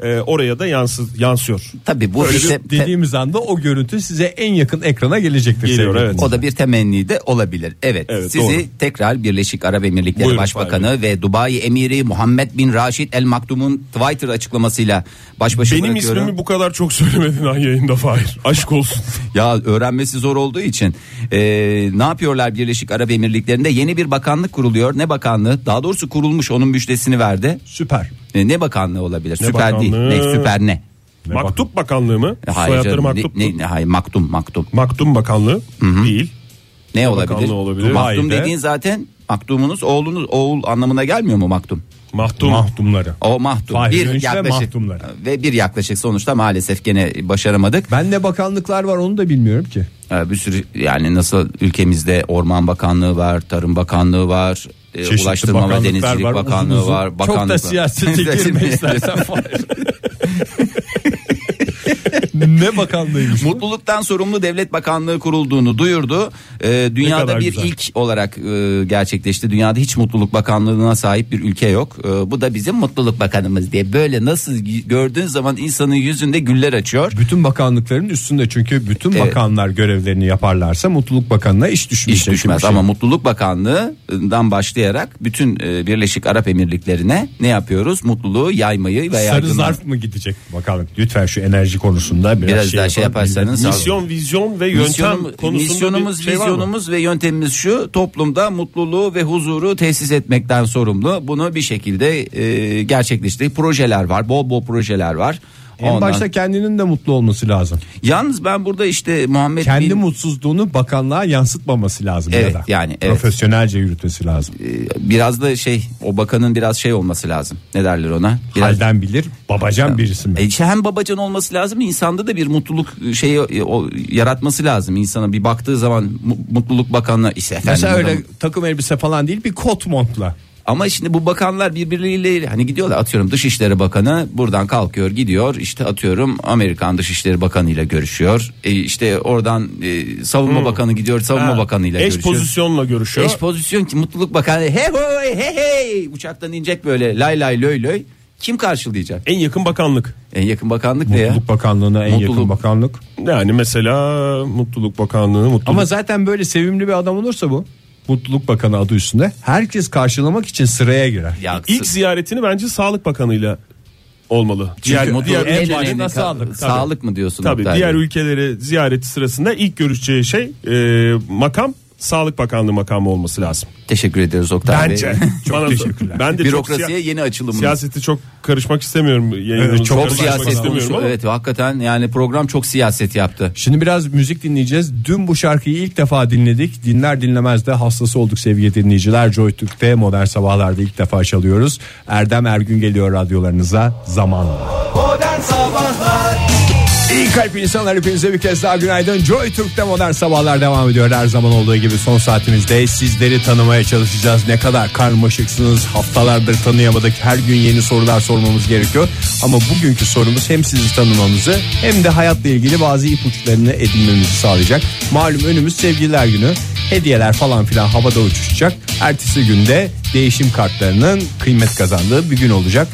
e, oraya da yansı- yansıyor.
Tabii bu
Öyle
işte
bir dediğimiz anda o görüntü size en yakın ekrana gelecektir.
Geliyor,
sevgili
şey evet.
dinleyiciler.
O da bir temenni de olabilir. Evet.
Evet,
sizi
doğru.
tekrar Birleşik Arap Emirlikleri
Buyurun,
Başbakanı ve Dubai Emiri Muhammed bin Raşid El Maktum'un Twitter açıklamasıyla baş başa
Benim
bırakıyorum.
ismimi bu kadar çok söylemedin ha yayında Fahir. Aşk olsun.
<laughs> Ya öğrenmesi zor olduğu için Ee, ne yapıyorlar Birleşik Arap Emirlikleri'nde yeni bir bakanlık kuruluyor. Ne bakanlığı? Daha doğrusu kurulmuş onun müjdesini verdi.
Süper.
E, Ne bakanlığı olabilir?
Ne
süper
bakanlığı?
değil. Ne süper ne?
Maktup Bakanlığı mı? Soyadları
canım,
Maktup
ne,
mu?
ne, hayır maktum maktum.
Maktum Bakanlığı değil.
Ne olabilir?
Bakanlığı olabilir.
Maktum
Hayır be.
dediğin zaten maktumunuz oğlunuz oğul anlamına gelmiyor mu maktum?
Maktum.
Mahtumları.
O mahtum.
Fahir
bir
Öğünç ve
yaklaşık
mahtumları.
ve bir yaklaşık sonuçta maalesef gene başaramadık.
Ben ne bakanlıklar var onu da bilmiyorum ki.
Ee, Bir sürü yani nasıl ülkemizde Orman Bakanlığı var, Tarım Bakanlığı var, e,
Çeşitli
Ulaştırma ve
bakanlıklar
Denizcilik
var, uzun
Bakanlığı
uzun.
var,
Çok
bakanlık
da
var. <laughs>
siyasete girme istersen Fahir. ne bakanlığıymış?
Mutluluktan sorumlu devlet bakanlığı kurulduğunu duyurdu. Ee, dünyada
kadar
bir
güzel.
ilk olarak e, gerçekleşti. Dünyada hiç mutluluk bakanlığına sahip bir ülke yok. Ee, bu da bizim mutluluk bakanımız diye böyle nasıl gördüğün zaman insanın yüzünde güller açıyor.
Bütün bakanlıkların üstünde çünkü bütün bakanlar görevlerini yaparlarsa mutluluk bakanına iş düşmeyecek.
İş düşmez
bir şey.
ama Mutluluk Bakanlığı'ndan başlayarak bütün e, Birleşik Arap Emirlikleri'ne ne yapıyoruz? Mutluluğu yaymayı ve
Sarı
yaygınlığı.
zarf mı gidecek bakalım?
Lütfen şu enerji konusunda biraz,
Biraz daha şey
yapalım.
yaparsanız sağ olun.
Misyon, vizyon ve yöntem
Misyonum-
konusunda
misyonumuz,
bir şey var mı?
vizyonumuz ve yöntemimiz şu toplumda mutluluğu ve huzuru tesis etmekten sorumlu. Bunu bir şekilde e, gerçekleştirdik. Projeler var, bol bol projeler var.
En
Ondan-
başta kendinin de mutlu olması lazım.
Yalnız ben burada işte Muhammed
Kendi
Bin-
mutsuzluğunu bakanlığa yansıtmaması lazım
Evet,
ya da.
yani evet.
Profesyonelce yürütmesi lazım.
biraz da şey o bakanın biraz şey olması lazım. Ne derler ona? Biraz,
Halden bilir babacan birisi mi?
E işte hem babacan olması lazım insanda da bir mutluluk e, şeyi e, o, yaratması lazım. İnsana bir baktığı zaman mu- mutluluk bakanlığı ise efendim.
Mesela öyle
adam-
takım elbise falan değil bir kot montla.
Ama şimdi bu bakanlar birbirleriyle hani gidiyorlar atıyorum Dışişleri Bakanı buradan kalkıyor gidiyor işte atıyorum Amerikan Dışişleri Bakanı ile görüşüyor. E işte oradan e, Savunma Bakanı gidiyor Savunma
Hmm. Ha,
Bakanı ile
eş
görüşüyor.
pozisyonla görüşüyor.
Eş pozisyon ki mutluluk bakanı he hoy he hey uçaktan inecek böyle lay lay löy löy. Kim karşılayacak?
En yakın bakanlık.
En yakın bakanlık ne ya?
Mutluluk Bakanlığı'na en yakın
Mutluluk.
bakanlık.
Yani mesela Mutluluk Bakanlığı mutluluk.
Ama zaten böyle sevimli bir adam olursa bu. Mutluluk Bakanı adı üstünde. Herkes karşılamak için sıraya girer.
Ya,
İlk ziyaretini bence Sağlık Bakanı'yla olmalı.
Çünkü mutluluk
en
en
başta
önemli
sağlık.
ka- sağlık mı diyorsun?
Tabii
Oktay
diğer
Bey?
ülkeleri ziyareti sırasında ilk görüşeceği şey e, makam Sağlık Bakanlığı makamı olması lazım.
Teşekkür ederiz Oktay Bey. <laughs>
Bence. çok teşekkürler. Ben de
Bürokrasiye
çok siya-
yeni açılımınız.
siyasete çok karışmak istemiyorum. yayınımızda
Evet, çok
çok
karışmak
siyaset
istemiyorum
konuşu.
ama
Evet hakikaten yani program çok siyaset yaptı.
Şimdi biraz müzik dinleyeceğiz. Dün bu şarkıyı ilk defa dinledik. Dinler dinlemez de hastası olduk sevgili dinleyiciler. Joy Türk'te modern sabahlarda ilk defa çalıyoruz. Erdem Ergün geliyor radyolarınıza zamanla.
Modern Sabahlar
İyi kalp insanlar hepinize bir kez daha günaydın. Joy Türk'te modern sabahlar devam ediyor. Her zaman olduğu gibi son saatimizde sizleri tanımaya çalışacağız. Ne kadar karmaşıksınız haftalardır tanıyamadık. Her gün yeni sorular sormamız gerekiyor. Ama bugünkü sorumuz hem sizi tanımamızı hem de hayatla ilgili bazı ipuçlarını edinmemizi sağlayacak. Malum önümüz sevgililer günü. Hediyeler falan filan havada uçuşacak. Ertesi günde değişim kartlarının kıymet kazandığı bir gün olacak.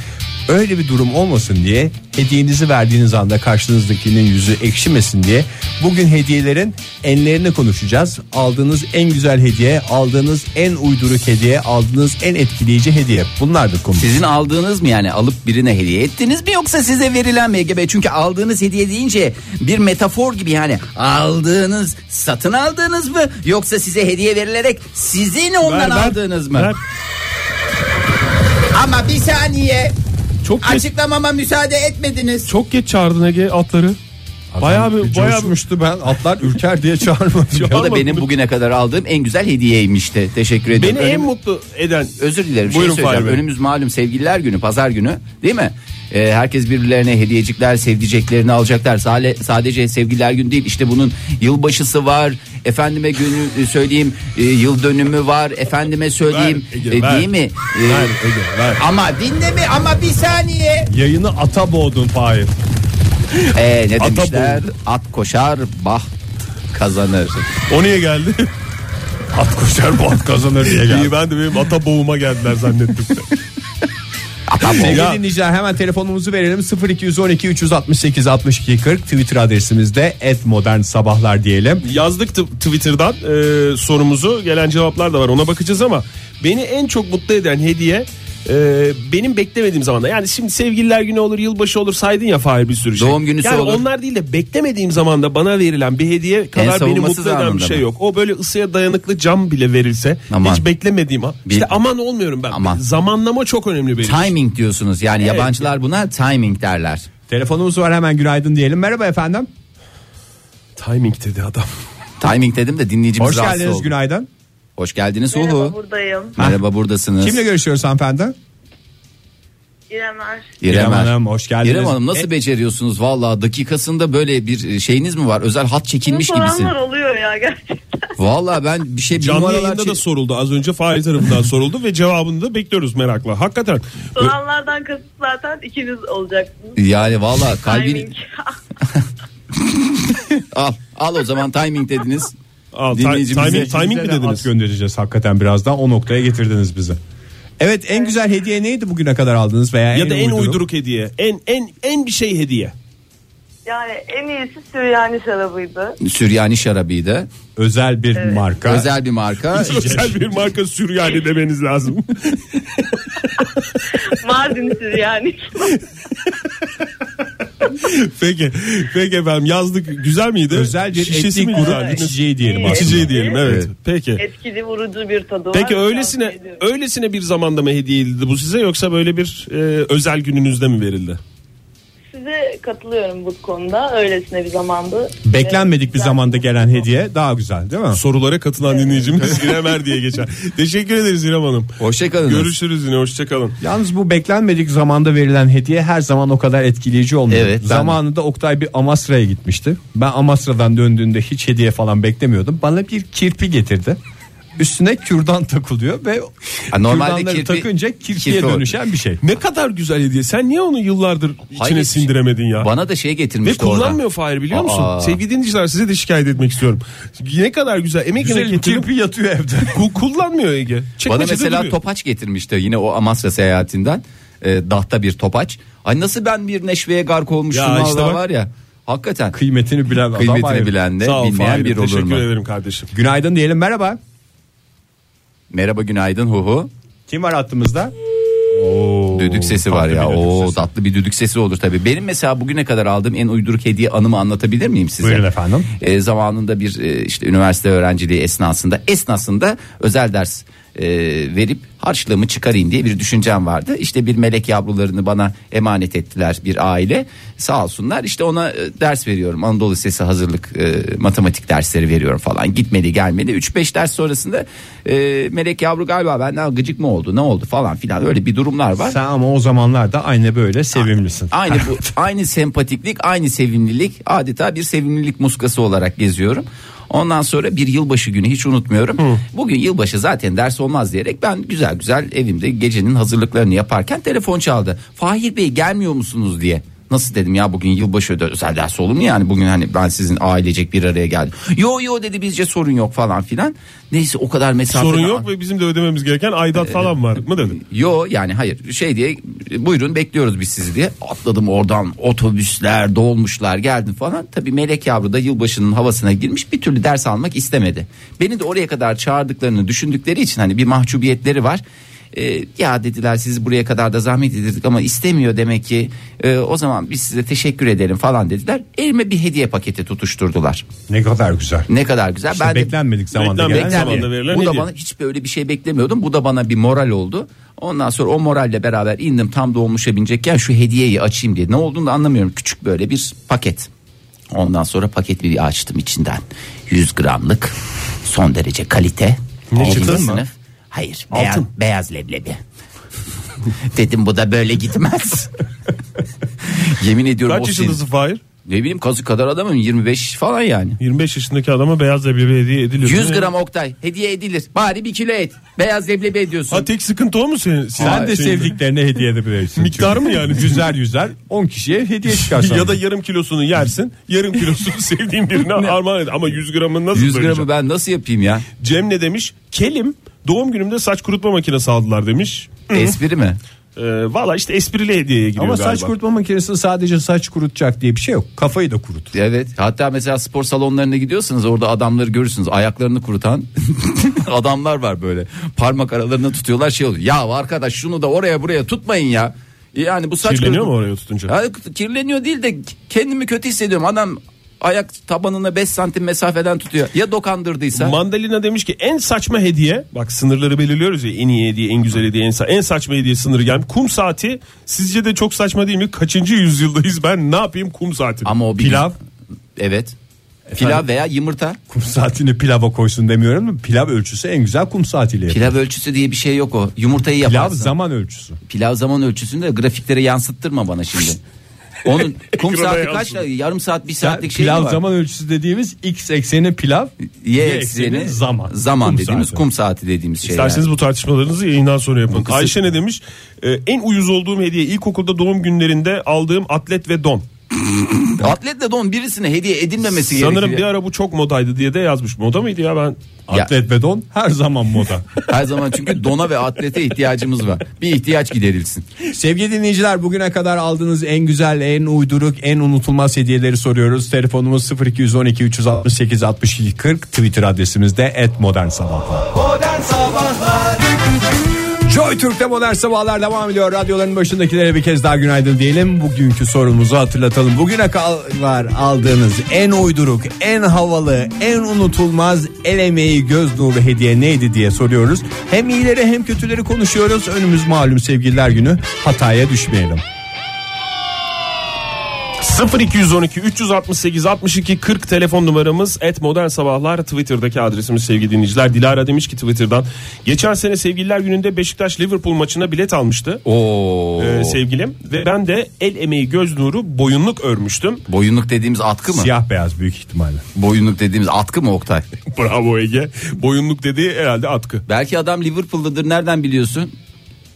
Öyle bir durum olmasın diye hediyenizi verdiğiniz anda karşınızdakinin yüzü ekşimesin diye bugün hediyelerin enlerini konuşacağız. Aldığınız en güzel hediye, aldığınız en uyduruk hediye, aldığınız en etkileyici hediye. Bunlar da konu.
Sizin aldığınız mı yani alıp birine hediye ettiniz mi yoksa size verilen mi Ege Bey? Çünkü aldığınız hediye deyince bir metafor gibi yani aldığınız satın aldığınız mı yoksa size hediye verilerek sizin ondan
Ver, ver,
aldığınız mı?
ver.
Ama bir saniye
Çok geç,
açıklamama müsaade etmediniz.
çok geç çağırdın Ege atları. Bayağı bir, bayağı bir,
coşmuştu ben atlar ürker diye çağırmadım.
Bu da
Almadım.
benim bugüne kadar aldığım en güzel hediyeymişti. Teşekkür ederim.
beni en
Önüm-
mutlu eden
özür dilerim bir
Buyurun
şey söyleyeceğim.
Fahri Bey.
Önümüz malum sevgililer günü pazar günü değil mi? Ee, herkes birbirlerine hediyecikler sevdiceklerini alacaklar. Sale, sadece sevgililer günü değil işte bunun yılbaşısı var. Efendime günü e, söyleyeyim e, yıl dönümü var. Efendime söyleyeyim
Ver, Ege,
e,
ver.
değil mi? E,
Ver, Ege, ver.
Ama dinle mi ama bir saniye.
Yayını ata boğdun Fahir.
Ee, ne
Ata
demişler? At koşar bah kazanır.
o niye geldi? <laughs> At koşar bu at kazanır diye geldi. İyi ben de benim ata boğuma geldiler zannettim.
Ata boğ-
Sevgili dinleyiciler hemen telefonumuzu verelim 0212 368 62 40 Twitter adresimizde et modern sabahlar diyelim.
Yazdık t- Twitter'dan e, sorumuzu gelen cevaplar da var ona bakacağız ama beni en çok mutlu eden hediye e, benim beklemediğim zamanda yani şimdi sevgililer günü olur yılbaşı olur saydın ya Fahir bir sürü şey.
Doğum günüsü
yani
olur.
onlar değil de beklemediğim zamanda bana verilen bir hediye kadar beni
savunmasız
mutlu eden bir
anında
şey
mı?
yok. O böyle ısıya dayanıklı cam bile verilse
Aman.
hiç beklemediğim ha.
Bir-
İşte aman olmuyorum ben.
Aman.
Zamanlama çok önemli benim. için.
Timing diyorsunuz yani yabancılar buna timing derler.
Telefonumuz var hemen günaydın diyelim. Merhaba efendim.
Timing dedi adam.
Timing dedim de dinleyicimiz
Hoş
rahatsız
geldiniz
oldu.
günaydın.
Hoş geldiniz
Merhaba
Uhu.
buradayım.
Merhaba buradasınız.
Kimle görüşüyoruz hanımefendi?
İrem Er.
İrem,
İrem
Er.
Hanım, hoş geldiniz.
İrem Hanım nasıl
E-
beceriyorsunuz valla dakikasında böyle bir şeyiniz mi var? Özel hat
Bunu
çekilmiş gibisin.
soranlar oluyor ya gerçekten.
Valla ben bir şey bir
Canlı
numaralar
yayında da
çek-
soruldu. Az önce Fahir tarafından soruldu ve cevabını da bekliyoruz merakla. Hakikaten.
Soranlardan kasıt zaten ikiniz olacaksınız.
Yani valla kalbin
Timing.
al al o zaman timing dediniz.
Aa, ti-
Dinleyicimize-
timing, timing mi
Sizlere
dediniz?
at göndereceğiz hakikaten birazdan o noktaya getirdiniz bizi. Evet en güzel hediye neydi bugüne kadar aldınız veya
Ya da en uyduruk hediye. En en en bir şey hediye.
Yani en iyisi Süryani
<laughs>
şarabıydı.
Süryani şarabıydı.
özel bir marka.
Özel bir marka.
<laughs> Özel bir marka Süryani demeniz lazım.
Mardin Süryani.
<laughs> peki. Peki efendim yazdık. Güzel miydi?
Özel bir
Şişesi
etnik
mi
grup
güzeldi?
içeceği diyelim
İyi.
aslında.
İçeceği diyelim evet.
Evet.
Peki.
Etkili vurucu bir tadı var.
Peki öylesine
Tavsiye ediyorum.
öylesine bir zamanda mı hediye edildi bu size yoksa böyle bir e, özel gününüzde mi verildi?
size katılıyorum bu konuda. Öylesine bir zamandı.
Beklenmedik bir zamanda gelen hediye daha güzel değil mi?
Sorulara katılan dinleyicimiz İrem Er diye geçer. Teşekkür ederiz İrem Hanım.
Hoşçakalın.
Görüşürüz yine hoşçakalın.
Yalnız bu beklenmedik zamanda verilen hediye her zaman o kadar etkileyici olmuyor. Zamanında Oktay bir Amasra'ya gitmişti. Ben Amasra'dan döndüğünde hiç hediye falan beklemiyordum. Bana bir kirpi getirdi. Üstüne kürdan takılıyor ve
Ha, normalde
kürdanları
kirpi-
takınca kirpiye
kirpi olur.
dönüşen bir şey.
Ne kadar güzel hediye. Sen niye onu yıllardır içine
Hayır.
sindiremedin ya?
Bana da şey
Ve
getirmişti orada.
kullanmıyor Fahir biliyor musun?
Aa.
Sevgili dinleyiciler size de şikayet etmek istiyorum. Ne kadar güzel emek
Güzel,
emek getirip-
kirpi
yatıyor evde.
<laughs> Ku- kullanmıyor Ege.
Bana
Çekmecede
mesela
duruyor.
topaç getirmişti yine o Amasya seyahatinden. E, dahta bir topaç. Ay nasıl ben bir neşveye gark olmuştum
Ya işte
Allah
bak.
var ya. Hakikaten.
Kıymetini bilen adam
Kıymetini
ayrı.
bilen de
Sağ ol
bilmeyen
Fahir,
bir olur mu?
teşekkür
ederim kardeşim.
Günaydın diyelim merhaba.
Merhaba günaydın huhu.
Kim var hattımızda?
düdük sesi var ya. O tatlı bir düdük sesi olur tabii. Benim mesela bugüne kadar aldığım en uyduruk hediye anımı anlatabilir miyim size?
Buyurun efendim.
E, zamanında bir e, işte üniversite öğrenciliği esnasında esnasında özel ders e, verip harçlığımı çıkarayım diye bir düşüncem vardı. İşte bir melek yavrularını bana emanet ettiler bir aile. Sağ olsunlar. İşte ona e, ders veriyorum. Anadolu Lisesi hazırlık e, matematik dersleri veriyorum falan. Gitmedi gelmedi. 3-5 ders sonrasında e, melek yavru galiba benden gıcık mı oldu? Ne oldu falan filan. Öyle bir durumlar var.
Sen ama o zamanlarda aynı böyle sevimlisin.
Aynı
<laughs>
bu aynı sempatiklik, aynı sevimlilik adeta bir sevimlilik muskası olarak geziyorum. Ondan sonra bir yılbaşı günü hiç unutmuyorum. Bugün yılbaşı zaten ders olmaz diyerek ben güzel güzel evimde gecenin hazırlıklarını yaparken telefon çaldı. Fahir Bey gelmiyor musunuz diye. Nasıl dedim ya bugün yılbaşı öde- özel ders olur mu yani bugün hani ben sizin ailecek bir araya geldim. Yo yo dedi bizce sorun yok falan filan. Neyse o kadar mesafe
Sorun yok ve bizim de ödememiz gereken aidat falan var mı dedi.
Ee, Yo yani hayır şey diye buyurun bekliyoruz biz sizi diye atladım oradan otobüsler dolmuşlar geldim falan. Tabii melek yavru da yılbaşının havasına girmiş bir türlü ders almak istemedi. Beni de oraya kadar çağırdıklarını düşündükleri için hani bir mahcubiyetleri var. Ee, ya dediler siz buraya kadar da zahmet edildik ama istemiyor demek ki Ee, o zaman biz size teşekkür edelim falan dediler. Elime bir hediye paketi tutuşturdular.
Ne kadar güzel.
Ne kadar güzel.
İşte beklenmedik zamanda
Beklenmedik
gelen
zamanda
hediye.
verilen Bu da bana hiç böyle bir şey beklemiyordum. Bu da bana bir moral oldu. Ondan sonra o moralle beraber indim tam dolmuşa binecekken şu hediyeyi açayım diye. Ne olduğunu da anlamıyorum. Küçük böyle bir paket. Ondan sonra paket bir açtım içinden. 100 gramlık son derece kalite.
Ne,
Birinci
çıtır mı?
sınıf. Hayır.
Altın.
Beyaz, beyaz leblebi. <laughs> Dedim bu da böyle gitmez. Yemin ediyorum
Kaç
o sin-
yaşındasın Fahir?
Ne bileyim kazı kadar adamım 25 falan yani.
25 yaşındaki adama beyaz leblebi hediye ediliyor.
100 gram Oktay hediye edilir. Bari bir kilo et. Beyaz leblebi ediyorsun.
Ha tek sıkıntı o mu senin?
Sen de sevdiklerine hediye edebilirsin.
Miktar mı yani?
Yüzer yüzer 10 kişiye hediye
<laughs>
çıkarsan.
ya da yarım kilosunu yersin. Yarım kilosunu <laughs> sevdiğin birine armağan et. Ama 100 gramını nasıl
100 gramı
böleceğim?
ben nasıl yapayım ya?
Cem ne demiş? Kelim doğum günümde saç kurutma makinesi aldılar demiş.
E, Espri mi?
<laughs> Ee, Valla işte esprili hediyeye giriyor
Ama
galiba.
saç kurutma makinesi sadece saç kurutacak diye bir şey yok. Kafayı da kurut.
Evet. Hatta mesela spor salonlarına gidiyorsanız orada adamları görürsünüz. Ayaklarını kurutan <laughs> adamlar var böyle. Parmak aralarına tutuyorlar şey oluyor. Ya arkadaş şunu da oraya buraya tutmayın ya. Yani bu saç
Kirleniyor
kurut-
mu oraya tutunca?
Ya kirleniyor değil de kendimi kötü hissediyorum. Adam ayak tabanına 5 santim mesafeden tutuyor. Ya dokandırdıysa?
Mandalina demiş ki en saçma hediye bak sınırları belirliyoruz ya en iyi hediye en güzel hediye en, sa- en saçma hediye sınırı gelmiş. Kum saati sizce de çok saçma değil mi? Kaçıncı yüzyıldayız ben ne yapayım kum saati?
Ama o bir-
Pilav.
Evet. Pilav veya yumurta.
Kum saatini pilava koysun demiyorum da pilav ölçüsü en güzel kum saatiyle yapılır.
Pilav ölçüsü diye bir şey yok o. Yumurtayı
Pilav
yaparsın.
zaman ölçüsü.
Pilav zaman ölçüsünü de grafiklere yansıttırma bana şimdi.
<laughs>
Onun kum
Ekrana
saati
yansıdı.
kaç dakika? Yarım saat, bir saatlik şey mi
pilav
var?
zaman ölçüsü dediğimiz x ekseni pilav,
Y ekseni
zaman.
Zaman
Kum
dediğimiz
saati.
kum saati dediğimiz şey.
İsterseniz
yani.
bu tartışmalarınızı yayından sonra yapın.
Kısa-
Ayşe ne demiş? Ee, en uyuz olduğum hediye ilkokulda doğum günlerinde aldığım atlet ve
<laughs>
don.
Atletle don birisine hediye edilmemesi gerekiyor.
Sanırım bir ara bu çok modaydı diye de yazmış. Moda mıydı ya ben?
Atlet ve don her zaman moda.
Her zaman çünkü dona ve
<laughs>
atlete ihtiyacımız var. Bir ihtiyaç giderilsin.
Sevgili dinleyiciler bugüne kadar aldığınız en güzel, en uyduruk, en unutulmaz hediyeleri soruyoruz. Telefonumuz 0212 368 62 40 Twitter adresimiz de @modernsabahlar.
Modern Sabahlar
Joy Türk'te modern sabahlar devam ediyor. Radyoların başındakilere bir kez daha günaydın diyelim. Bugünkü sorumuzu hatırlatalım. Bugüne kadar aldığınız en uyduruk, en havalı, en unutulmaz el emeği göz nuru hediye neydi diye soruyoruz. Hem iyileri hem kötüleri konuşuyoruz. Önümüz malum sevgililer günü. Hataya düşmeyelim.
0212 368 62 40 telefon numaramız et modern sabahlar Twitter'daki adresimiz sevgili dinleyiciler. Dilara demiş ki Twitter'dan geçen sene sevgililer gününde Beşiktaş Liverpool maçına bilet almıştı.
Oo.
Ee, sevgilim ve ben de el emeği göz nuru boyunluk örmüştüm.
Boyunluk dediğimiz atkı mı?
Siyah beyaz büyük ihtimalle.
Boyunluk dediğimiz atkı mı Oktay?
<laughs> Bravo Ege. Boyunluk dediği herhalde atkı.
Belki adam Liverpool'dadır nereden biliyorsun?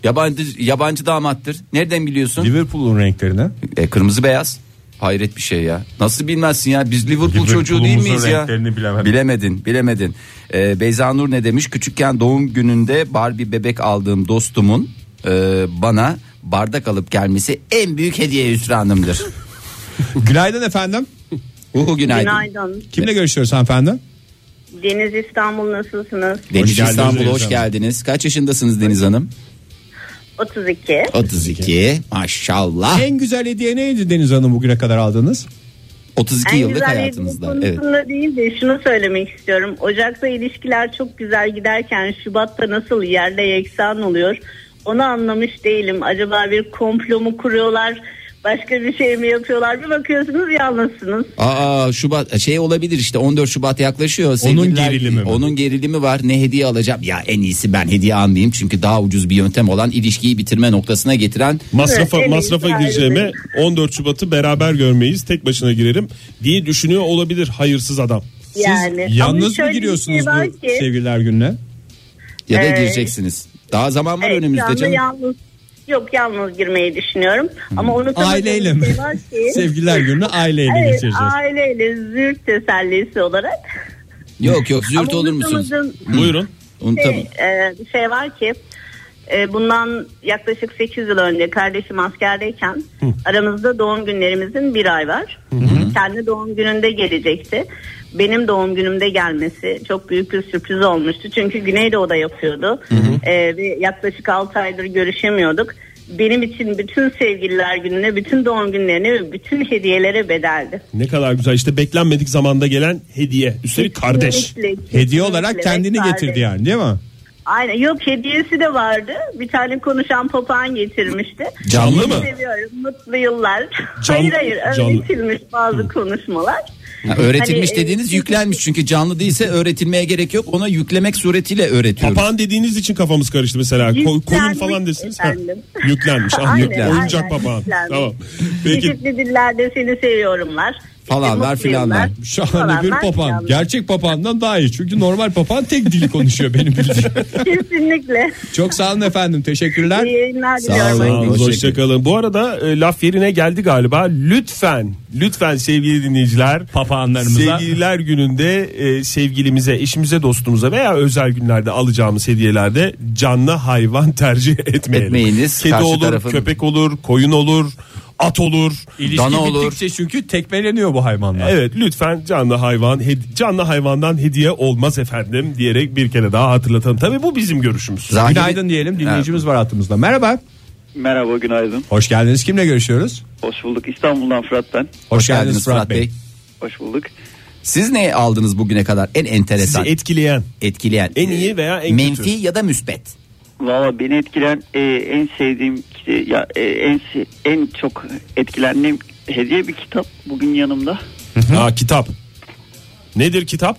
Yabancı yabancı damattır. Nereden biliyorsun?
Liverpool'un renklerine.
E, kırmızı beyaz. Hayret bir şey ya. Nasıl bilmezsin ya? Biz Liverpool çocuğu değil
Liverpool'umuzun
miyiz ya?
renklerini bilemedim.
Bilemedin, bilemedin. E, Beyza Nur ne demiş? Küçükken doğum gününde Barbie bebek aldığım dostumun e, bana bardak alıp gelmesi en büyük hediye Hüsra Hanım'dır.
<laughs> Günaydın efendim.
Uhu günaydın.
Günaydın.
Kimle görüşüyoruz hanımefendi?
Deniz İstanbul nasılsınız?
Deniz
geldiniz
İstanbul'a
Deniz
hoş
Hanım.
geldiniz. Kaç yaşındasınız Deniz Hanım?
32.
32. Maşallah.
En güzel hediye neydi Deniz Hanım bugüne kadar aldınız?
32
En
yıllık
güzel
hayatınızda.
hediye
Evet.
konusunda değil de şunu söylemek istiyorum. Ocak'ta ilişkiler çok güzel giderken Şubat'ta nasıl yerle yeksan oluyor onu anlamış değilim. Acaba bir komplo mu kuruyorlar başka bir şey mi yapıyorlar bir bakıyorsunuz yalnızsınız.
Aa Şubat şey olabilir işte 14 Şubat yaklaşıyor. Sevgililer-
gerilimi mi?
Onun gerilimi var. Ne hediye alacağım? Ya en iyisi ben hediye almayayım çünkü daha ucuz bir yöntem olan ilişkiyi bitirme noktasına getiren
Masrafa,
Evet, en
masrafa
iyisi
gireceğime
ayrı
14 Şubat'ı beraber görmeyiz tek başına girerim diye düşünüyor olabilir hayırsız adam.
Siz Yani. Hani Ama
Yalnız
şöyle
mı
bir
giriyorsunuz
şey var
bu
ki-
sevgililer gününe?
ya da
Evet.
gireceksiniz. Daha zaman var
Evet, şu
önümüzde
anda
canım. Hmm.
Yalnız, yok yalnız girmeyi düşünüyorum. Ama onu şey
Aileyle mi? <laughs> Sevgililer gününü aileyle
Evet,
geçireceğiz.
aileyle züğürt tesellisi olarak.
Yok yok zürt
Ama
olur musunuz?
unutamadığım-
Buyurun.
Unutam
Şey, e, bir şey var ki e, bundan yaklaşık 8 yıl önce kardeşim askerdeyken aramızda doğum günlerimizin bir ay var. Kendi doğum gününde gelecekti. Benim doğum günümde gelmesi çok büyük bir sürpriz olmuştu. Çünkü Güneydoğu'da yapıyordu. E, ve yaklaşık 6 aydır görüşemiyorduk. Benim için bütün sevgililer gününe, bütün doğum günlerine ve bütün hediyelere bedeldi.
Ne kadar güzel işte beklenmedik zamanda gelen hediye. Üstelik kardeş.
Kesinlikle, kesinlikle
Hediye olarak kendini
kardeş.
getirdi yani değil mi?
Aynen yok hediyesi de vardı. Bir tane konuşan papağan getirmişti.
Canlı
Çok
mı?
Seviyorum mutlu yıllar.
Canlı-
hayır hayır
canlı.
öğretilmiş bazı konuşmalar.
Ha, öğretilmiş
Hani, e,
dediğiniz yüklenmiş çünkü canlı değilse öğretilmeye gerek yok. Ona yüklemek suretiyle öğretiyoruz.
Papağan dediğiniz için kafamız karıştı mesela. Ko-
Yüklenmiş
koyun falan desiniz. Ha,
efendim.
Yüklenmiş. Ah,
Aynen,
yüklenmiş. Oyuncak
aynen,
papağan.
yüklenmiş.
Tamam. Peki
Çeşitli dillerde seni seviyorumlar.
Falanlar
İşte mutlu
filanlar.
yıllar,
Şahane
falanlar
bir papağan.
filanlar.
Gerçek papağandan daha iyi. Çünkü normal papağan tek dili konuşuyor benim
<laughs>
bildiğim.
Kesinlikle.
Çok sağ olun efendim. Teşekkürler.
İyi yayınlar
Sağ
diliyorum.
olun.
Sağ olun,
Hoşça
Hoşçakalın. Bu arada e, laf yerine geldi galiba. Lütfen, lütfen sevgili dinleyiciler.
Papağanlarımıza.
Sevgililer gününde e, sevgilimize, eşimize, dostumuza veya özel günlerde alacağımız hediyelerde canlı hayvan tercih etmeyelim.
Etmeyiniz.
Kedi
Karşı
olur,
tarafın-
köpek olur, koyun olur, at olur.
İlişki
Dana olur.
bittikçe çünkü tekmeleniyor bu hayvanlar.
Evet lütfen canlı hayvan hed- canlı hayvandan hediye olmaz efendim diyerek bir kere daha hatırlatalım. Tabii bu bizim görüşümüz.
Zahiri-
Günaydın diyelim. Dinleyicimiz var hattımızda. Merhaba.
Merhaba günaydın.
Hoş geldiniz. Kimle görüşüyoruz?
Hoş bulduk. İstanbul'dan Fırat ben.
Hoş, geldiniz, Fırat Bey.
Hoş bulduk.
Siz ne aldınız bugüne kadar en
Sizi
enteresan
etkileyen.
etkileyen
En iyi veya en
menfi
kötü.
ya da müspet?
Valla beni etkilen e, en sevdiğim ki- ya e, en se- en çok etkilendiğim hediye bir kitap bugün yanımda.
Ha, kitap. Nedir kitap?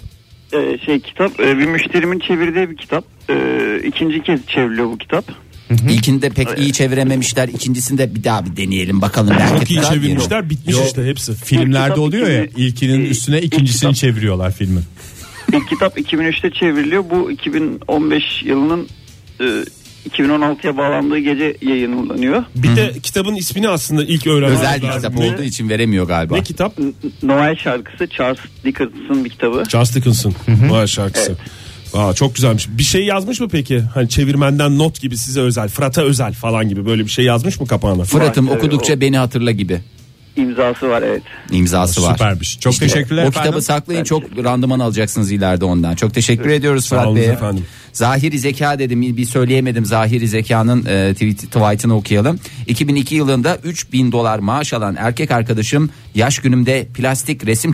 E, şey kitap e, bir müşterimin çevirdiği bir kitap. E, ikinci kez çevriliyor bu kitap.
İlkinde pek iyi çevirememişler. İkincisinde bir daha bir deneyelim bakalım belki.
Çok iyi
tutar diyorum.
çevirmişler bitmiş işte hepsi.
Filmlerde
Kitap
oluyor ya
ikili-
ilkinin
Ee,
e,
üstüne
ilk
ikincisini
kitap-
çeviriyorlar filmin.
İlk
<laughs>
kitap 2003'te çevriliyor. Bu 2015 yılının e, 2016'ya bağlandığı gece yayınlanıyor.
Bir de kitabın ismini aslında ilk öğrenmek
Özel bir
lazım.
kitap olduğu için veremiyor galiba.
Ne kitap?
N- Noel şarkısı Charles Dickinson bir kitabı.
Charles Dickinson. Vay şarkısı. Aa, çok güzelmiş. Bir şey yazmış mı peki? Hani çevirmenden not gibi size özel, Fırat'a özel falan gibi böyle bir şey yazmış mı kapağına?
Fırat'ım
Evet,
okudukça beni hatırla gibi
İmzası var evet.
imzası var.
Süpermiş. Çok teşekkürler
O
efendim.
kitabı saklayın çok randıman alacaksınız ileride ondan. Çok teşekkür ediyoruz Fırat
olun
Bey.
efendim.
Zahiri Zeka dedim bir söyleyemedim. Zahiri Zeka'nın e, tweet, tweetini okuyalım. 2002 yılında 3000 dolar maaş alan erkek arkadaşım yaş günümde plastik resim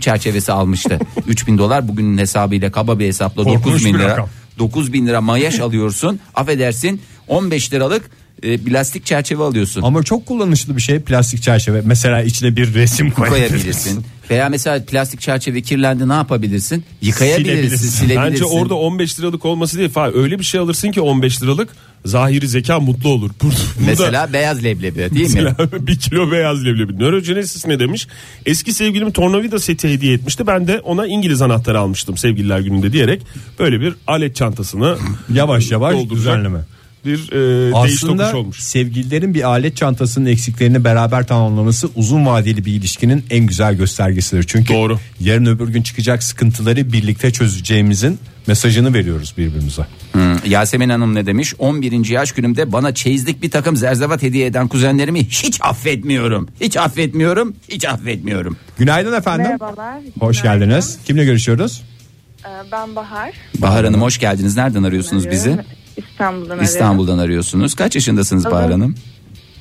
<laughs>
çerçevesi almıştı. 3000 dolar bugünün hesabıyla kaba bir hesapla
Korkunç
9000
bir
lira.
rakam.
9000 lira maaş alıyorsun. Affedersin 15 liralık e, plastik çerçeve alıyorsun.
Ama çok kullanışlı bir şey plastik çerçeve. Mesela içine bir resim <laughs>
koyabilirsin. Veya mesela plastik çerçeve kirlendi ne yapabilirsin? Yıkayabilirsin, silebilirsin.
Bence orada 15 liralık olması değil. Falan. Öyle bir şey alırsın ki 15 liralık zahiri zeka mutlu olur. <laughs> Burada-
Mesela beyaz leblebi değil mi?
Mesela <laughs> bir kilo beyaz leblebi. Nörogenesis ne demiş? Eski sevgilim tornavida seti hediye etmişti. Ben de ona İngiliz anahtarı almıştım sevgililer gününde diyerek. Böyle bir alet çantasını
<laughs> Yavaş yavaş
dolduracak
düzenleme.
Bir e, değiş
Aslında
tokuş olmuş.
sevgililerin bir alet çantasının eksiklerini beraber tamamlaması uzun vadeli bir ilişkinin en güzel göstergesidir. Çünkü Doğru. yarın öbür gün çıkacak sıkıntıları birlikte çözeceğimizin mesajını veriyoruz birbirimize.
Hmm, Yasemin Hanım ne demiş? 11. yaş günümde bana çeyizlik bir takım zerzevat hediye eden kuzenlerimi hiç affetmiyorum. Hiç affetmiyorum, hiç affetmiyorum.
Günaydın efendim.
Merhabalar.
Hoş geldiniz. Kimle görüşüyoruz?
Ee, Ben Bahar.
Bahar Hanım hoş geldiniz. Nereden arıyorsunuz bizi?
Arıyorum. İstanbul'dan arıyorum.
İstanbul'dan arıyorsunuz. Kaç yaşındasınız Bahar
Evet.
Hanım?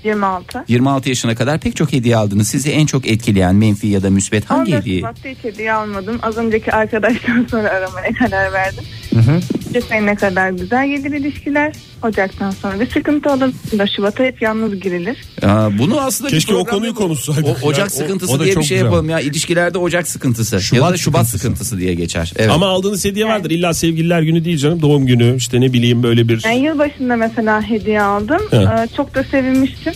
26.
26 yaşına kadar pek çok hediye aldınız. Sizi en çok etkileyen menfi ya da müsbet hangi
14
hediye?
Şubat'ta hiç hediye almadım. Az önceki arkadaştan <laughs> sonra aramaya karar verdim. Lütfen ne kadar güzel gelir ilişkiler. Ocaktan sonra bir sıkıntı olur. Da Şubat'a hep yalnız girilir.
Aa, bunu aslında bir
Keşke o
programda-
konuyu konuşsaydık.
O- ocak
Yani o-
sıkıntısı
o da
diye bir
çok
şey
güzel.
yapalım ya. İlişkilerde ocak sıkıntısı ya da şubat sıkıntısı, diye geçer. Evet.
Ama aldığınız hediye vardır. İlla sevgililer günü değil canım. Doğum günü işte ne bileyim böyle bir...
Ben yılbaşında mesela hediye aldım.
Evet.
Ee, çok da sevinmiştim.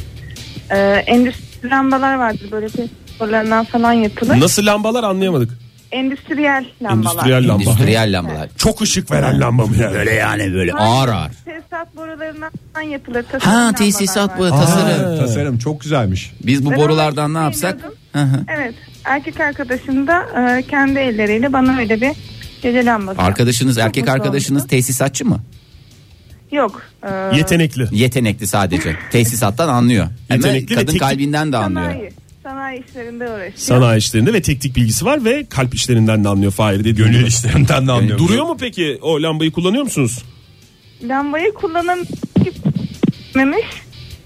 Ee, endüstri lambalar vardır böyle petrollerden falan yapılır.
Nasıl lambalar anlayamadık.
Endüstriyel lambalar.
Endüstriyel lamba.
Endüstriyel lambalar.
Çok ışık veren lamba mı yani?
Böyle yani böyle
Hayır,
ağır ağır.
Tesisat borularından yapılır. tasarım
Ha
lambalar
tesisat bu
var.
tasarım.
Tasarım çok güzelmiş.
Biz bu
Ben şey
borulardan ne yapsak? Hı hı.
Evet. Erkek arkadaşım da e, kendi elleriyle bana öyle bir gece lambası.
Arkadaşınız
Çok
erkek
mutlu
arkadaşınız tesisatçı mı?
oldum. Yok. e,
Yetenekli sadece. Tesisattan anlıyor. Yetenekli
Yetenekli ve
kadın
teknik-
kalbinden de anlıyor.
Sanayi. Sanayi işlerinde uğraşıyor.
Sanayi işlerinde ve teknik bilgisi var ve kalp işlerinden de anlıyor Fahir dediğim gibi. E,
Gönül işlerinden de anlıyor.
Duruyor mu peki o lambayı kullanıyor musunuz?
Lambayı kullanamamış.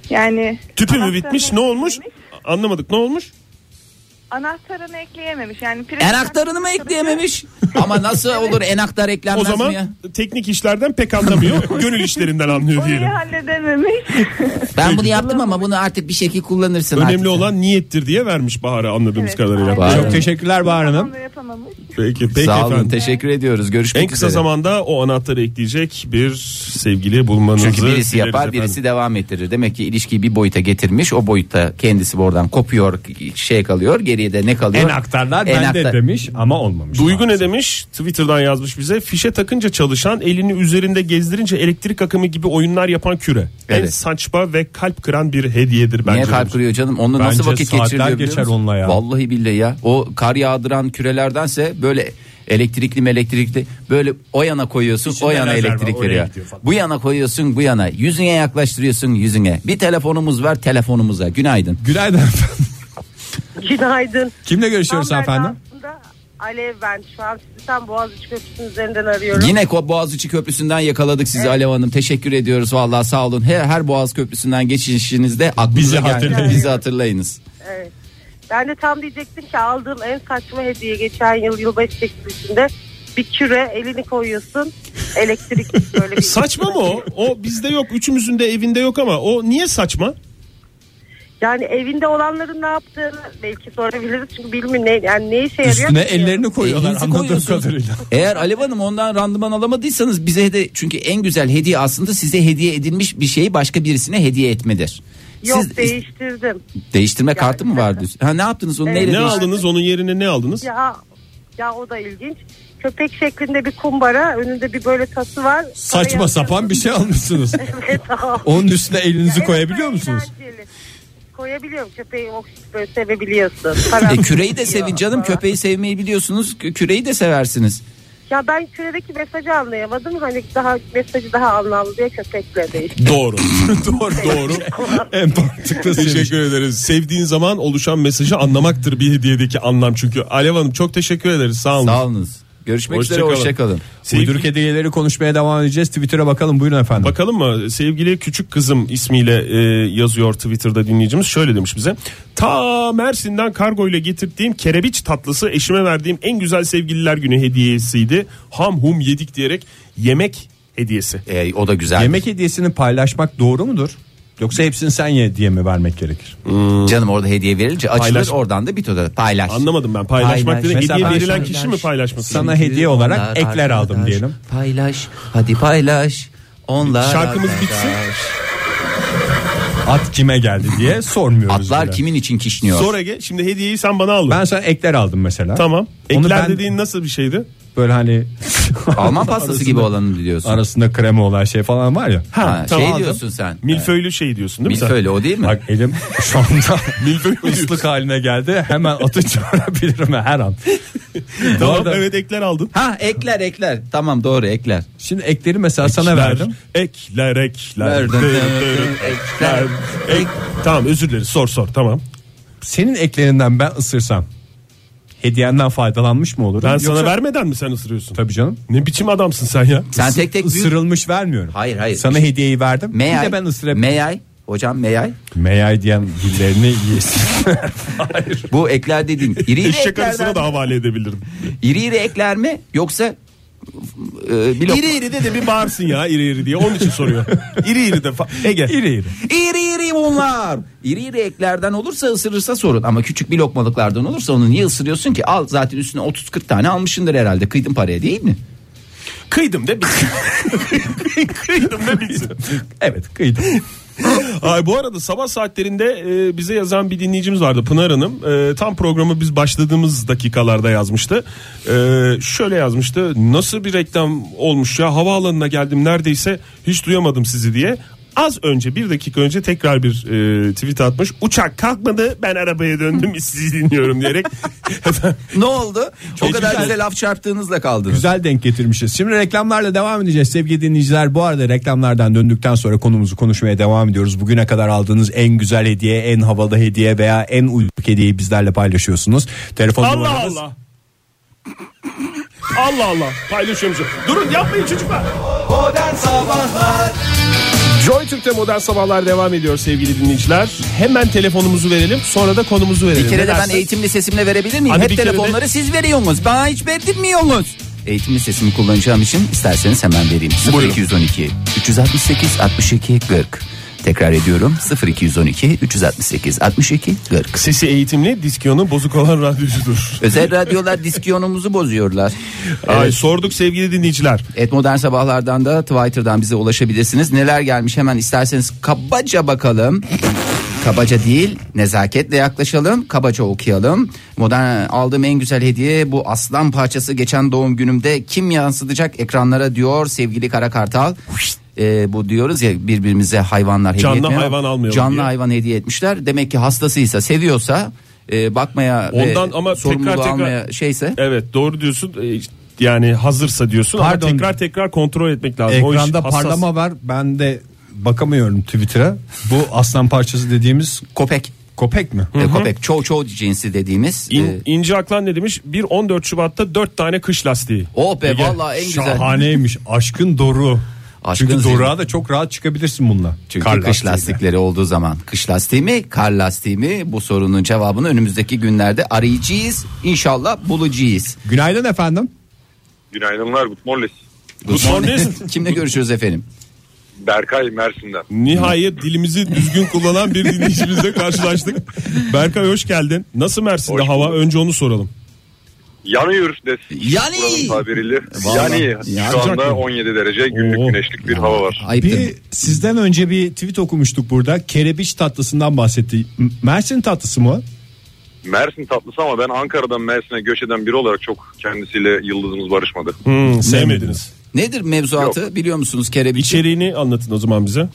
Yani
Tüpü mü
Anahtarını
bitmiş ne olmuş? Anlamadık ne olmuş?
anahtarını ekleyememiş. Yani pres-
Enaktarını
<laughs>
mı ekleyememiş? Ama nasıl olur enaktar eklenmez
O zaman
mi ya?
teknik işlerden pek
<laughs>
anlamıyor. gönül işlerinden anlıyor diyelim.
<laughs> halledememiş.
Ben bunu yaptım ama bunu artık bir şekil kullanırsın
Önemli
artık.
olan niyettir diye vermiş Bahar'a anladığımız
Evet,
kadarıyla.
aynen. Çok
teşekkürler Bahar Hanım.
Yapamamış.
Peki, peki
Sağ olun
efendim.
teşekkür ediyoruz. Görüşmek
En kısa
üzere.
zamanda o anahtarı ekleyecek bir sevgili bulmanızı
Çünkü birisi
dileriz
yapar
efendim.
birisi devam ettirir. Demek ki ilişkiyi bir boyuta getirmiş. O boyutta kendisi oradan kopuyor şey kalıyor. Geriye de ne kalıyor?
En aktarlar bende
aktar-
demiş ama olmamış.
Duygu ne demiş? Twitter'dan yazmış bize. Fişe takınca çalışan, elini üzerinde gezdirince elektrik akımı gibi oyunlar yapan küre. En
Evet.
saçma ve kalp kıran bir hediyedir bence.
Niye kalp
demiş.
kırıyor canım? Onunla nasıl
Bence
vakit
saatler
geçiriliyor biliyor
geçer
musun?
onunla ya.
Vallahi billahi ya. O kar yağdıran kürelerdense böyle elektrikli melektrikli böyle o yana koyuyorsun
İçinde
o yana
lazer var,
elektrik
oraya
veriyor.
gidiyor falan.
Bu yana koyuyorsun bu yana. Yüzüne yaklaştırıyorsun yüzüne. Bir telefonumuz var telefonumuza. Günaydın.
Günaydın.
Günaydın.
Kimle görüşüyoruz
Tam
efendim?
Aslında Alev ben şu an sizi tam Boğaziçi Köprüsü'nün üzerinden arıyorum.
Yine Ko- Boğaziçi Köprüsü'nden yakaladık sizi Alev Hanım. Teşekkür ediyoruz vallahi sağ olun. Her, her Boğaz Köprüsü'nden geçişinizde aklınıza
Bizi
geldi.
hatırlayın.
Bizi hatırlayınız.
Evet. Ben de tam diyecektim ki aldığım en saçma hediye geçen yıl yılbaşı çekilişinde bir küre elini koyuyorsun elektrik <laughs> böyle bir şey
Saçma mı o? O bizde yok. Üçümüzün de evinde yok ama o niye saçma?
Yani evinde olanların ne yaptığını belki sorabiliriz çünkü bilmiyorum ne, yani ne işe yarıyor.
Üstüne
bilmiyorum.
ellerini koyuyorlar Elinizi anladığım koyuyorsunuz. kadarıyla. Eğer Alev Hanım ondan randıman alamadıysanız bize de çünkü en güzel hediye aslında size hediye edilmiş bir şeyi başka birisine hediye etmedir.
Yok
Siz
değiştirdim.
değiştirme kartı mı vardı? Ha ne yaptınız onu
Evet.
neyle
Ne
değiştirdiniz?
aldınız onun yerine ne aldınız?
Ya ya o da ilginç. Köpek şeklinde bir kumbara, önünde bir böyle tası var.
Saçma
Oraya-
sapan bir şey <laughs> almışsınız.
<laughs> Evet, o.
Onun üstüne elinizi
Ya,
koyabiliyor musunuz?
eğlenceli. Koyabiliyorum köpeği o böyle sevebiliyorsun. Param
E, küreyi de
gidiyor
sevin canım.
falan.
Köpeği sevmeyi biliyorsunuz. kü- Küreyi de <laughs> seversiniz.
Ya ben küredeki mesajı anlayamadım. Hani daha mesajı daha anlamlı diye köpekle değil.
Doğru. <laughs> doğru.
<laughs>
Doğru. en mantıklı. Teşekkür ederiz. Sevdiğin zaman oluşan mesajı anlamaktır bir hediyedeki anlam çünkü. Alev Hanım çok teşekkür ederiz. Sağ olun. Sağ
olunuz. Görüşmek üzere, hoşçakalın.
Uyduruk hediyeleri konuşmaya devam edeceğiz. Twitter'a bakalım buyurun efendim.
Bakalım mı? Sevgili küçük kızım ismiyle e, yazıyor Twitter'da dinleyicimiz. Şöyle demiş bize. Ta Mersin'den kargoyla getirdiğim kerebiç tatlısı eşime verdiğim en güzel sevgililer günü hediyesiydi. Ham hum yedik diyerek yemek hediyesi.
E, o da güzel.
Yemek hediyesini paylaşmak doğru mudur? Yoksa hepsini sen ye diye mi vermek gerekir?
Hmm. Canım orada hediye verilince açılır
Paylaş-
oradan da bir toda paylaş.
Anlamadım ben
Paylaş.
paylaşmak dedi.
Mesela
Hediye
ben
verilen
şöyle-
kişi mi paylaşması?
Sana hediye olarak Onlar ekler arkadaş. aldım diyelim. Paylaş. Hadi paylaş. Onlar
Şarkımız
arkadaş.
bitsin.
At kime geldi diye sormuyoruz.
Atlar
bile.
kimin için kişniyor?
Sonra Ege şimdi hediyeyi sen bana aldın.
Ben sana ekler aldım mesela.
Tamam.
Onu
Ekler
ben
dediğin nasıl bir şeydi?
böyle hani
Alman pastası
<laughs>
gibi olanı diyorsun.
Arasında krema olan şey falan var ya.
Ha, Ha, tamam şey aldım. diyorsun sen.
Milföylü şey diyorsun değil mi sen?
Milföylü o değil mi?
Bak elim <laughs>
<laughs>
şu anda ıslık haline geldi. Hemen atı çağırabilirim her an.
<laughs> Tamam
Bu arada-
evet ekler aldın.
Ha ekler ekler. Tamam doğru ekler.
Şimdi ekleri mesela sana
Ekler,
verdim.
Ekler ekler.
Verdim.
Dı, dı, Ekler. Ek. Tamam özür dileriz sor sor tamam.
Senin eklerinden ben ısırsam hediyenden faydalanmış mı olurum?
Ben
Yoksa-
sana vermeden mi sen ısırıyorsun?
Tabii canım.
Ne biçim adamsın sen ya?
Sen tek tek büyük-
ısırılmış vermiyorum.
Hayır hayır.
Sana hediyeyi verdim.
May
bir
I?
de ben ısırabilirim.
May I? Hocam may I?
Meyay diyen dillerini yiyesin.
Bu ekler dediğin iri iri
Eşek
ekler
arasına
mi?
da havale edebilirim.
İri iri ekler mi yoksa e, bir lokma-
İri iri de de bir bağırsın ya iri iri diye onun için soruyor. <laughs> İri iri de fa- Ege.
İri iri.
İri iri bunlar. İri iri eklerden olursa ısırırsa sorun. Ama küçük bir lokmalıklardan olursa onu niye ısırıyorsun ki? Al zaten üstüne 30-40 tane almışındır herhalde. Kıydın paraya değil mi?
Kıydım da bitsin. Kıydım da bitsin.
evet
<laughs>
kıydım.
Ay, bu arada sabah saatlerinde e, bize yazan bir dinleyicimiz vardı Pınar Hanım. E, tam programı biz başladığımız dakikalarda yazmıştı. E, şöyle yazmıştı. Nasıl bir reklam olmuş ya havaalanına geldim neredeyse hiç duyamadım sizi diye. Az önce bir dakika önce tekrar bir e, tweet atmış. Uçak kalkmadı ben arabaya döndüm biz sizi dinliyorum diyerek.
<laughs> Ne oldu? o
Çok
kadar
güzel.
güzel laf çarptığınızla kaldınız.
Güzel denk getirmişiz. Şimdi reklamlarla devam edeceğiz sevgili dinleyiciler. Bu arada reklamlardan döndükten sonra konumuzu konuşmaya devam ediyoruz. Bugüne kadar aldığınız en güzel hediye, en havalı hediye veya en uyduk hediyeyi bizlerle paylaşıyorsunuz. Telefon
Allah
numaramız
Allah. Allah Allah paylaşıyormuş. Durun yapmayın çocuklar.
Modern Sabahlar
Joy Türk'te modern sabahlar devam ediyor sevgili dinleyiciler. Hemen telefonumuzu verelim sonra da konumuzu verelim.
Bir kere
Ne
de ben
dersin?
eğitim lisesimle verebilir miyim?
Hadi bir
Hep
kere de-
telefonları siz veriyorsunuz. Bana hiç verdirmiyorsunuz. Eğitim lisesimi kullanacağım için isterseniz hemen vereyim. 0212 368 62 40. Tekrar ediyorum 0212 368 62 40.
Sesi eğitimli diskiyonu bozuk olan radyocudur.
Özel radyolar diskiyonumuzu bozuyorlar.
Ay, sorduk sevgili dinleyiciler.
Et Modern Sabahlardan da Twitter'dan bize ulaşabilirsiniz. Neler gelmiş hemen isterseniz kabaca bakalım. Kabaca değil nezaketle yaklaşalım kabaca okuyalım. Modern aldığım en güzel hediye bu aslan parçası geçen doğum günümde kim yansıtacak ekranlara diyor sevgili Kara Kartal. Ee, bu diyoruz ya birbirimize hayvanlar hediye
Canlı
etmiyor.
hayvan almayalım
Canlı
diye.
hayvan hediye etmişler. Demek ki hastasıysa seviyorsa e, bakmaya
Ondan
ve
ama tekrar
sorumluluğu
tekrar-
almaya şeyse.
Evet doğru diyorsun Ee, yani hazırsa diyorsun
Pardon.
ama tekrar tekrar kontrol etmek lazım. O iş
ekranda
hassas.
parlama var. Ben de bakamıyorum Twitter'a. Bu aslan parçası dediğimiz
Kopek.
kopek mi?
E, Kopek çoğu çoğu cinsi dediğimiz.
İn,
e,
İnci Aklan ne demiş? 1-14 Şubat'ta 4 tane kış lastiği.
Oh be
Ege,
vallahi en güzel.
Şahaneymiş. Aşkın doru.
Aşkın
Çünkü
zirve.
doruğa da çok rahat çıkabilirsin bununla.
Çünkü
Kar
kış
lastiğiyle.
lastikleri olduğu zaman kış lastiği mi kar lastiği mi bu sorunun cevabını önümüzdeki günlerde arayacağız. İnşallah bulacağız.
Günaydın efendim.
Günaydınlar, good morning.
Good morning.
<laughs> Kimle görüşüyoruz efendim?
Berkay Mersin'den.
Nihayet dilimizi düzgün kullanan bir dinleyicimizle karşılaştık. Berkay hoş geldin. Nasıl Mersin'de hava? Önce onu soralım.
Yanıyoruz desin.
Yani.
Buranın tabiriyle.
Vallahi.
yani. Şu
Yanacak
anda
mı?
17 derece günlük
Oh.
güneşlik bir hava var.
Ayıptır.
Bir sizden önce bir tweet okumuştuk burada. Kerebiç tatlısından bahsetti. M- Mersin tatlısı mı?
Mersin tatlısı ama ben Ankara'dan Mersin'e göç eden biri olarak çok kendisiyle yıldızımız barışmadı.
sevmediniz.
Nedir mevzuatı biliyor musunuz kerebiç?
İçeriğini anlatın o zaman bize.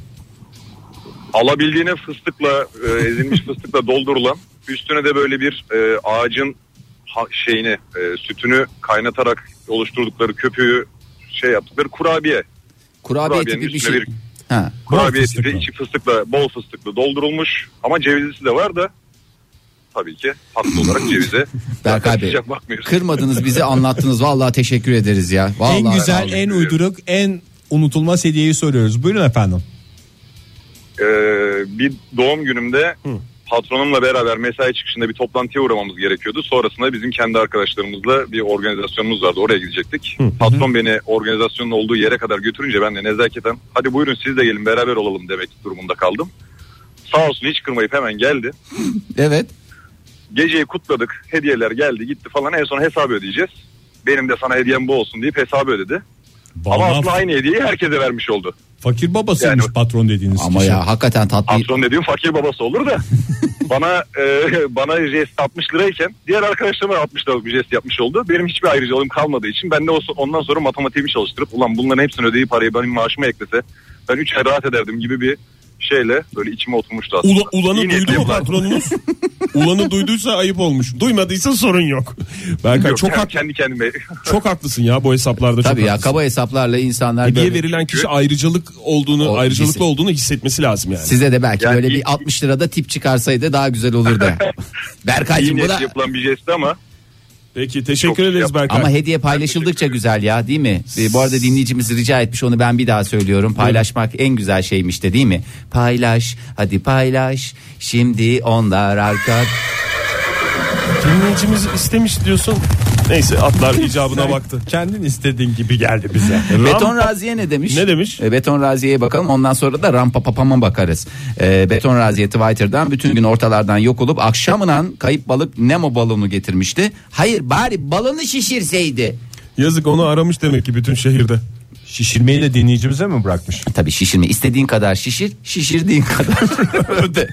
Alabildiğine fıstıkla, e,
<laughs>
ezilmiş fıstıkla doldurulan, üstüne de böyle bir e, ağacın ha- şeyini, e, sütünü kaynatarak oluşturdukları köpüğü şey yaptıkları kurabiye.
Kurabiye
Kurabiyenin
tipi bir
üstüne
şey. Ha.
Kurabiye tipi içi fıstıkla, bol fıstıklı doldurulmuş ama cevizlisi de var da tabii ki haklı
<laughs>
olarak cevize
Berkay Bey
sıcak bakmıyoruz.
kırmadınız bizi anlattınız. Vallahi teşekkür ederiz ya. Vallahi
en güzel,
vallahi.
en uyduruk, en unutulmaz hediyeyi soruyoruz. Buyurun efendim.
Ee, bir doğum günümde patronumla beraber mesai çıkışında bir toplantıya uğramamız gerekiyordu. Sonrasında bizim kendi arkadaşlarımızla bir organizasyonumuz vardı. Oraya gidecektik. Patron beni organizasyonun olduğu yere kadar götürünce ben de nezaketen hadi buyurun siz de gelin beraber olalım demek durumunda kaldım. Sağ olsun hiç kırmayıp hemen geldi.
Evet.
Geceyi kutladık. Hediyeler geldi gitti falan. En son hesabı ödeyeceğiz. Benim de sana hediyem bu olsun deyip hesabı ödedi. Ama
Vallahi-
aslında aynı hediyeyi herkese vermiş oldu.
Fakir babasıymış patron dediğiniz
Ama
kişi.
ya hakikaten tatlı.
Patron dediğim fakir babası
<laughs>
olur da. bana e, bana jest 60 lirayken diğer arkadaşlarıma 60 liralık bir jest yapmış oldu. Benim hiçbir ayrıcalığım kalmadığı için ben de o, ondan sonra matematiğimi çalıştırıp ulan bunların hepsini ödeyip parayı benim maaşıma eklese ben 3 ay rahat ederdim gibi bir şeyle böyle içime oturmuştu aslında.
Ula, ulanı
İyi
duydu
niyetliyim
mu
ben.
patronunuz? ulanı duyduysa ayıp olmuş. Duymadıysa sorun yok. Berkay
Yok,
çok
yani
hak-
kendi <laughs> kendime
çok haklısın ya bu hesaplarda
Tabii
çok
ya
haklısın.
kaba hesaplarla insanlar
Hediye
böyle-
verilen kişi ayrıcalık olduğunu
O
ayrıcalıklı
hissi-
olduğunu hissetmesi lazım yani.
Size de belki böyle bir 60 lirada tip çıkarsaydı daha güzel olurdu. Berkaycığım
iyi
bu
niyetle
da
yapılan bir jest ama
Peki teşekkür ederiz Berkay.
Ama hediye paylaşıldıkça güzel ya değil mi? Ee, Bu arada dinleyicimiz rica etmiş onu ben bir daha söylüyorum. Paylaşmak en güzel şeymiş de değil mi? Paylaş hadi paylaş. Şimdi onlar arka.
Dinleyicimiz istemiş diyorsun. Neyse
<laughs>
atlar icabına baktı.
Kendin istediğin gibi geldi bize.
Beton Raziye ne demiş?
Ne demiş?
E, Beton Raziye'ye bakalım ondan sonra da rampa papama bakarız. E, Beton Raziye Twitter'dan bütün gün ortalardan yok olup akşamından kayıp balık Nemo balonu getirmişti. Hayır bari balonu şişirseydi.
Yazık onu aramış demek ki bütün şehirde.
Şişirmeyi de dinleyicimize mi bırakmış?
E, Tabii şişirme istediğin kadar şişir şişirdiğin kadar <laughs> öde.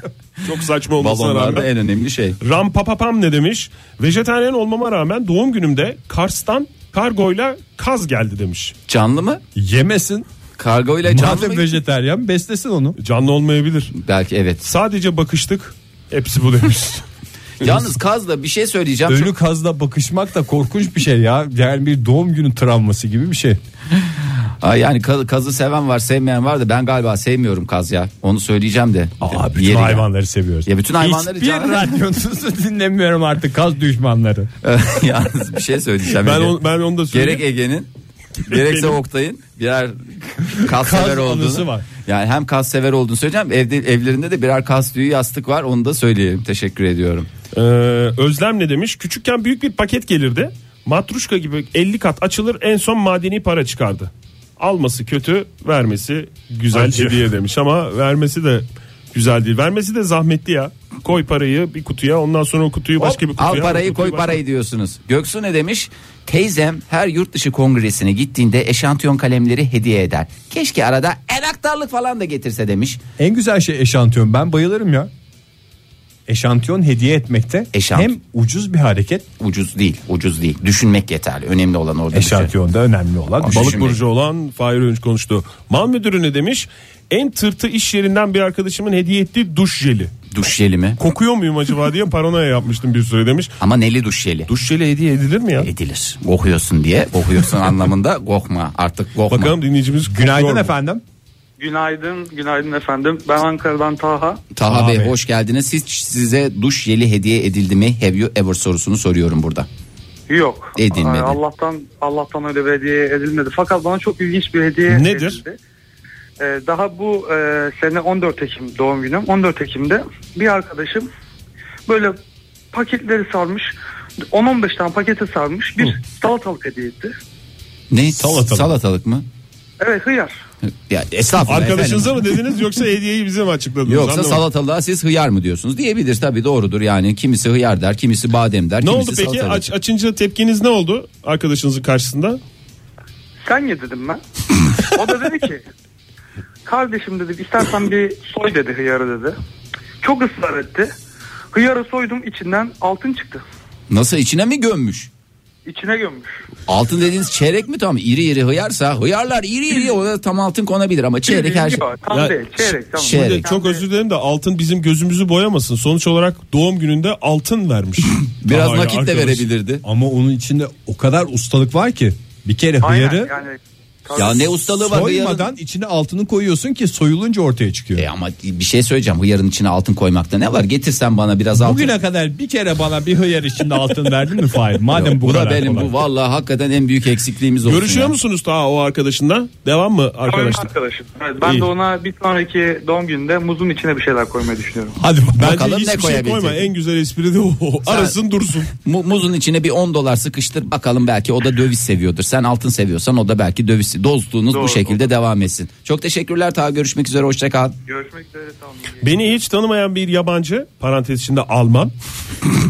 Çok saçma olmasına
Balonlar da
rağmen.
en önemli şey.
Ram papapam ne demiş? Vejetaryen olmama rağmen doğum günümde Kars'tan kargoyla kaz geldi demiş.
Canlı mı?
Yemesin.
Kargoyla canlı
Madem
mı?
vejeteryan beslesin onu.
Canlı olmayabilir.
Belki evet.
Sadece bakıştık. Hepsi bu demiş.
<laughs> Yalnız kazla bir şey söyleyeceğim.
Ölü
Çok-
kazla bakışmak da korkunç bir şey ya. Yani bir doğum günü travması gibi bir şey.
Aa, yani ka- kazı seven var sevmeyen var da ben galiba sevmiyorum kaz ya. Onu söyleyeceğim de.
Aa, bütün
Yeri ya.
hayvanları seviyoruz.
Ya bütün hayvanları
Hiçbir
canlı-
radyonuzu <laughs> dinlemiyorum artık kaz düşmanları.
<laughs> Yalnız bir şey söyleyeceğim.
Ben
Ege.
onu- ben onu da söyleyeyim.
Gerek
<laughs>
Ege'nin gerekse
Benim.
Oktay'ın birer kas
Kaz
sever
anısı
olduğunu.
var.
Yani hem kas sever olduğunu söyleyeceğim. Evde evlerinde de birer kas tüyü yastık var. Onu da söyleyeyim. Teşekkür ediyorum.
Ee, Özlem ne demiş? Küçükken büyük bir paket gelirdi. Matruşka gibi 50 kat açılır en son madeni para çıkardı. Alması kötü, vermesi güzel
Acı.
hediye demiş ama vermesi de güzel değil. Vermesi de zahmetli ya. Koy parayı bir kutuya ondan sonra o kutuyu başka bir kutuya.
Al
o
parayı
kutuyu
koy
başka-
parayı diyorsunuz. Göksu ne demiş? Teyzem her yurt dışı kongresine gittiğinde eşantiyon kalemleri hediye eder. Keşke arada el aktarlık falan da getirse demiş.
En güzel şey eşantiyon. Ben bayılırım ya. Eşantiyon hediye etmekte hem ucuz bir hareket.
Ucuz değil, ucuz değil. Düşünmek yeterli. Önemli olan orada. şey.
Eşantiyonda önemli olan.
Ama
Balık
Düşünmeyin.
burcu olan Fahir Önç konuştu. Mal müdürü ne demiş? En tırtı iş yerinden bir arkadaşımın hediye ettiği duş jeli.
Duş jeli mi?
Kokuyor muyum acaba diye paranoya yapmıştım bir süre demiş.
Ama neli duş jeli?
Duş jeli hediye edilir mi ya?
Edilir. Kokuyorsun diye,
<laughs>
kokuyorsun anlamında kokma artık kokma.
Bakalım dinleyicimiz kokuyor
Günaydın
mu?
efendim.
Günaydın, günaydın efendim. Ben Ankara'dan Taha.
Taha Bey hoş geldiniz. Siz size duş jeli hediye edildi mi? Have you ever sorusunu soruyorum burada.
Yok.
Edilmedi.
Ee, Allah'tan Allah'tan öyle bir hediye edilmedi. Fakat bana çok ilginç bir hediye
Nedir?
edildi. Ee, daha bu e, sene 14 Ekim doğum günüm. 14 Ekim'de bir arkadaşım böyle paketleri sarmış. 10-15 tane pakete sarmış. Bir salatalık hediye etti.
Ne? Salatalık. Salatalık mı?
Evet hıyar.
Ya estağfurullah
Arkadaşınıza
efendim.
mı dediniz yoksa hediyeyi bize mi açıkladınız?
Yoksa
Anlamadım.
salatalığa siz hıyar mı diyorsunuz? Diyebilir tabii doğrudur yani. Kimisi hıyar der, kimisi badem der,
Ne
kimisi
oldu peki?
salatalık.
Aç, açınca tepkiniz ne oldu arkadaşınızın karşısında?
Sen ye dedim ben. O da dedi ki kardeşim dedi istersen bir soy dedi hıyarı dedi. Çok ısrar etti. Hıyarı soydum içinden altın çıktı.
Nasıl içine mi gömmüş?
İçine gömmüş.
Altın dediğiniz çeyrek mi tam? İri iri hıyarsa hıyarlar iri iri o da tam altın konabilir ama çeyrek her şey.
Yok, tam
Ya,
değil çeyrek tamam.
Şimdi çok özür dilerim de altın bizim gözümüzü boyamasın. Sonuç olarak doğum gününde altın vermiş.
<laughs> Biraz
Daha ya
nakit de
arkadaş.
verebilirdi.
Ama onun içinde o kadar ustalık var ki. Bir kere
Aynen,
hıyarı
yani,
Ya ne ustalığı var
soymadan
hıyarın?
içine altını koyuyorsun ki soyulunca ortaya çıkıyor.
E ama bir şey söyleyeceğim. Hıyarın içine altın koymakta ne var? Getirsen bana biraz altın.
Bugüne kadar bir kere bana bir hıyar içinde altın verdin mi Fahir? Madem
Yok,
bu,
bu da
kadar
benim
kolay.
bu vallahi hakikaten en büyük eksikliğimiz olsun.
Görüşüyor
ya.
musunuz daha o arkadaşından? Devam mı arkadaşlar?
arkadaşım. Evet, ben
İyi.
de ona bir sonraki doğum gününde muzun içine bir şeyler koymayı düşünüyorum.
Hadi bence
Bakalım ne
hiçbir şey koyma.
koyabilecek?
En güzel espri de o.
Sen-
Arasın dursun.
Mu- muzun içine bir 10 dolar sıkıştır bakalım belki o da döviz seviyordur. Sen altın seviyorsan o da belki döviz etmesi. Dostluğunuz
Doğru.
bu şekilde devam etsin. Çok teşekkürler. Ta görüşmek üzere. Hoşça kal.
Görüşmek üzere tamam.
Beni hiç tanımayan bir yabancı parantez içinde Alman <laughs>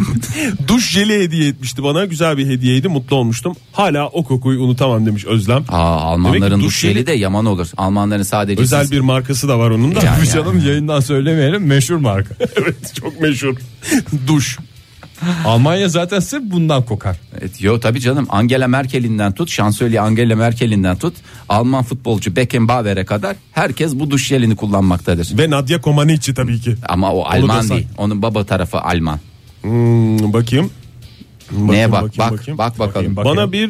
duş jeli hediye etmişti bana. Güzel bir hediyeydi mutlu olmuştum. Hala o kokuyu unutamam demiş Özlem.
Aa, Almanların duş jeli de yaman olur. Almanların sadece
Özel
siz-
bir markası da var onun da.
Yani,
Bu
yani.
canım yayından söylemeyelim meşhur marka. <laughs> evet çok meşhur. duş.
Almanya zaten sırf bundan kokar. Evet, yo tabii canım Angela Merkel'inden tut, şansölye Angela Merkel'inden tut, Alman futbolcu Beckenbauer'e kadar herkes bu duş jelini kullanmaktadır.
Ve Nadia Comaneci tabii ki.
Ama o
da
Alman
say.
değil. Onun baba tarafı Alman.
Hmm, bakayım.
Neye bak
bakayım,
bak
bakayım.
bak bakalım.
Bana bir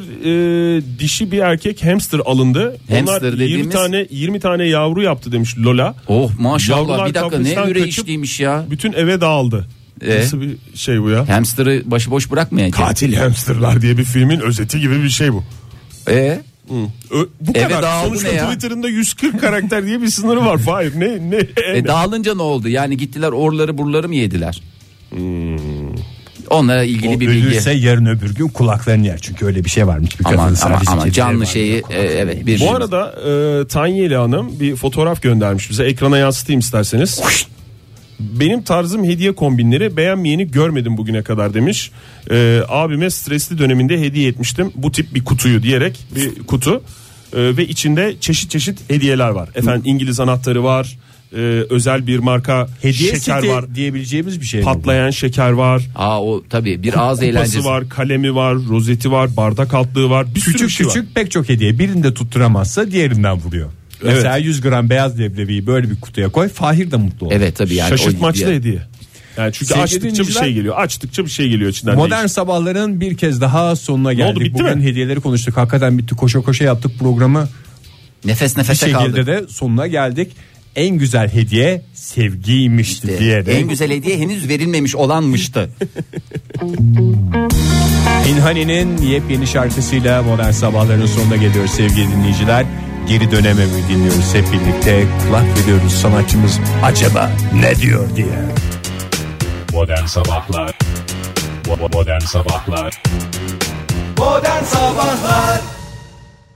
e, dişi bir erkek hamster alındı.
Hamster
Onlar 20
dediğimiz-
tane 20 tane yavru yaptı demiş Lola.
Oh maşallah, bir dakika, ne
kafesten
yüreği
kaçıp
işliymiş ya.
Bütün eve dağıldı.
E?
Nasıl bir şey bu ya?
Hamster'ı başıboş bırakmayacak.
Katil hamsterlar diye bir filmin özeti gibi bir şey bu.
E
Bu
Eve
kadar.
dağıldı
Sonuçta
ne ya?
Twitter'ında 140 karakter diye bir sınırı var. Hayır ne ne?
E, dağılınca ne oldu? Yani gittiler orları burları mı yediler?
Hmm.
Onlara ilgili bir bilgi.
şey-
Ölürse yarın öbür gün kulaklarını yer. Çünkü öyle bir şey varmış. Bir
Aman
kadın
aman
servis
aman
içinde
canlı
var.
şeyi e, evet bir
Bu arada e, Tanyeli Hanım bir fotoğraf göndermiş bize. Ekrana yansıtayım isterseniz. Benim tarzım hediye kombinleri beğenmeyeni görmedim bugüne kadar demiş. E, abime stresli döneminde hediye etmiştim. Bu tip bir kutuyu diyerek bir kutu. E, ve içinde çeşit çeşit hediyeler var. Efendim İngiliz anahtarı var. e, özel bir marka
Hediye
şeker
seti
var.
diyebileceğimiz bir şey. mi bu?
Patlayan şeker var.
Aa o tabii bir
Kup-
ağız
kupası
eğlencesi.
var, kalemi var, rozeti var, bardak altlığı var. Bir sürü
küçük
şey var.
küçük pek çok hediye. Birini de tutturamazsa diğerinden vuruyor. Mesela 100 gram beyaz leblebiyi böyle bir kutuya koy. Fahir de mutlu olur.
Evet tabii yani o
Şaşırtmaçlı
hediye.
hediye. Yani çünkü
Sevgili
açtıkça bir
dinleyiciler-
şey geliyor. Açtıkça bir şey geliyor içinden.
Modern
değişik.
sabahların bir kez daha sonuna geldik.
oldu, bitti
Bugün
mi?
hediyeleri konuştuk. Hakikaten bitti. Koşa koşa yaptık programı.
Nefes nefese
bir şekilde
kaldık.
de sonuna geldik. En güzel hediye sevgiymişti diye de.
En güzel hediye henüz
<laughs>
verilmemiş olanmıştı.
Pinhani'nin yepyeni şarkısıyla modern sabahların sonuna geliyoruz sevgili dinleyiciler. Geri dönememi dinliyoruz hep birlikte. Kulak veriyoruz sanatçımız acaba ne diyor diye.
Modern Sabahlar Bo- bo- Modern Sabahlar
Modern Sabahlar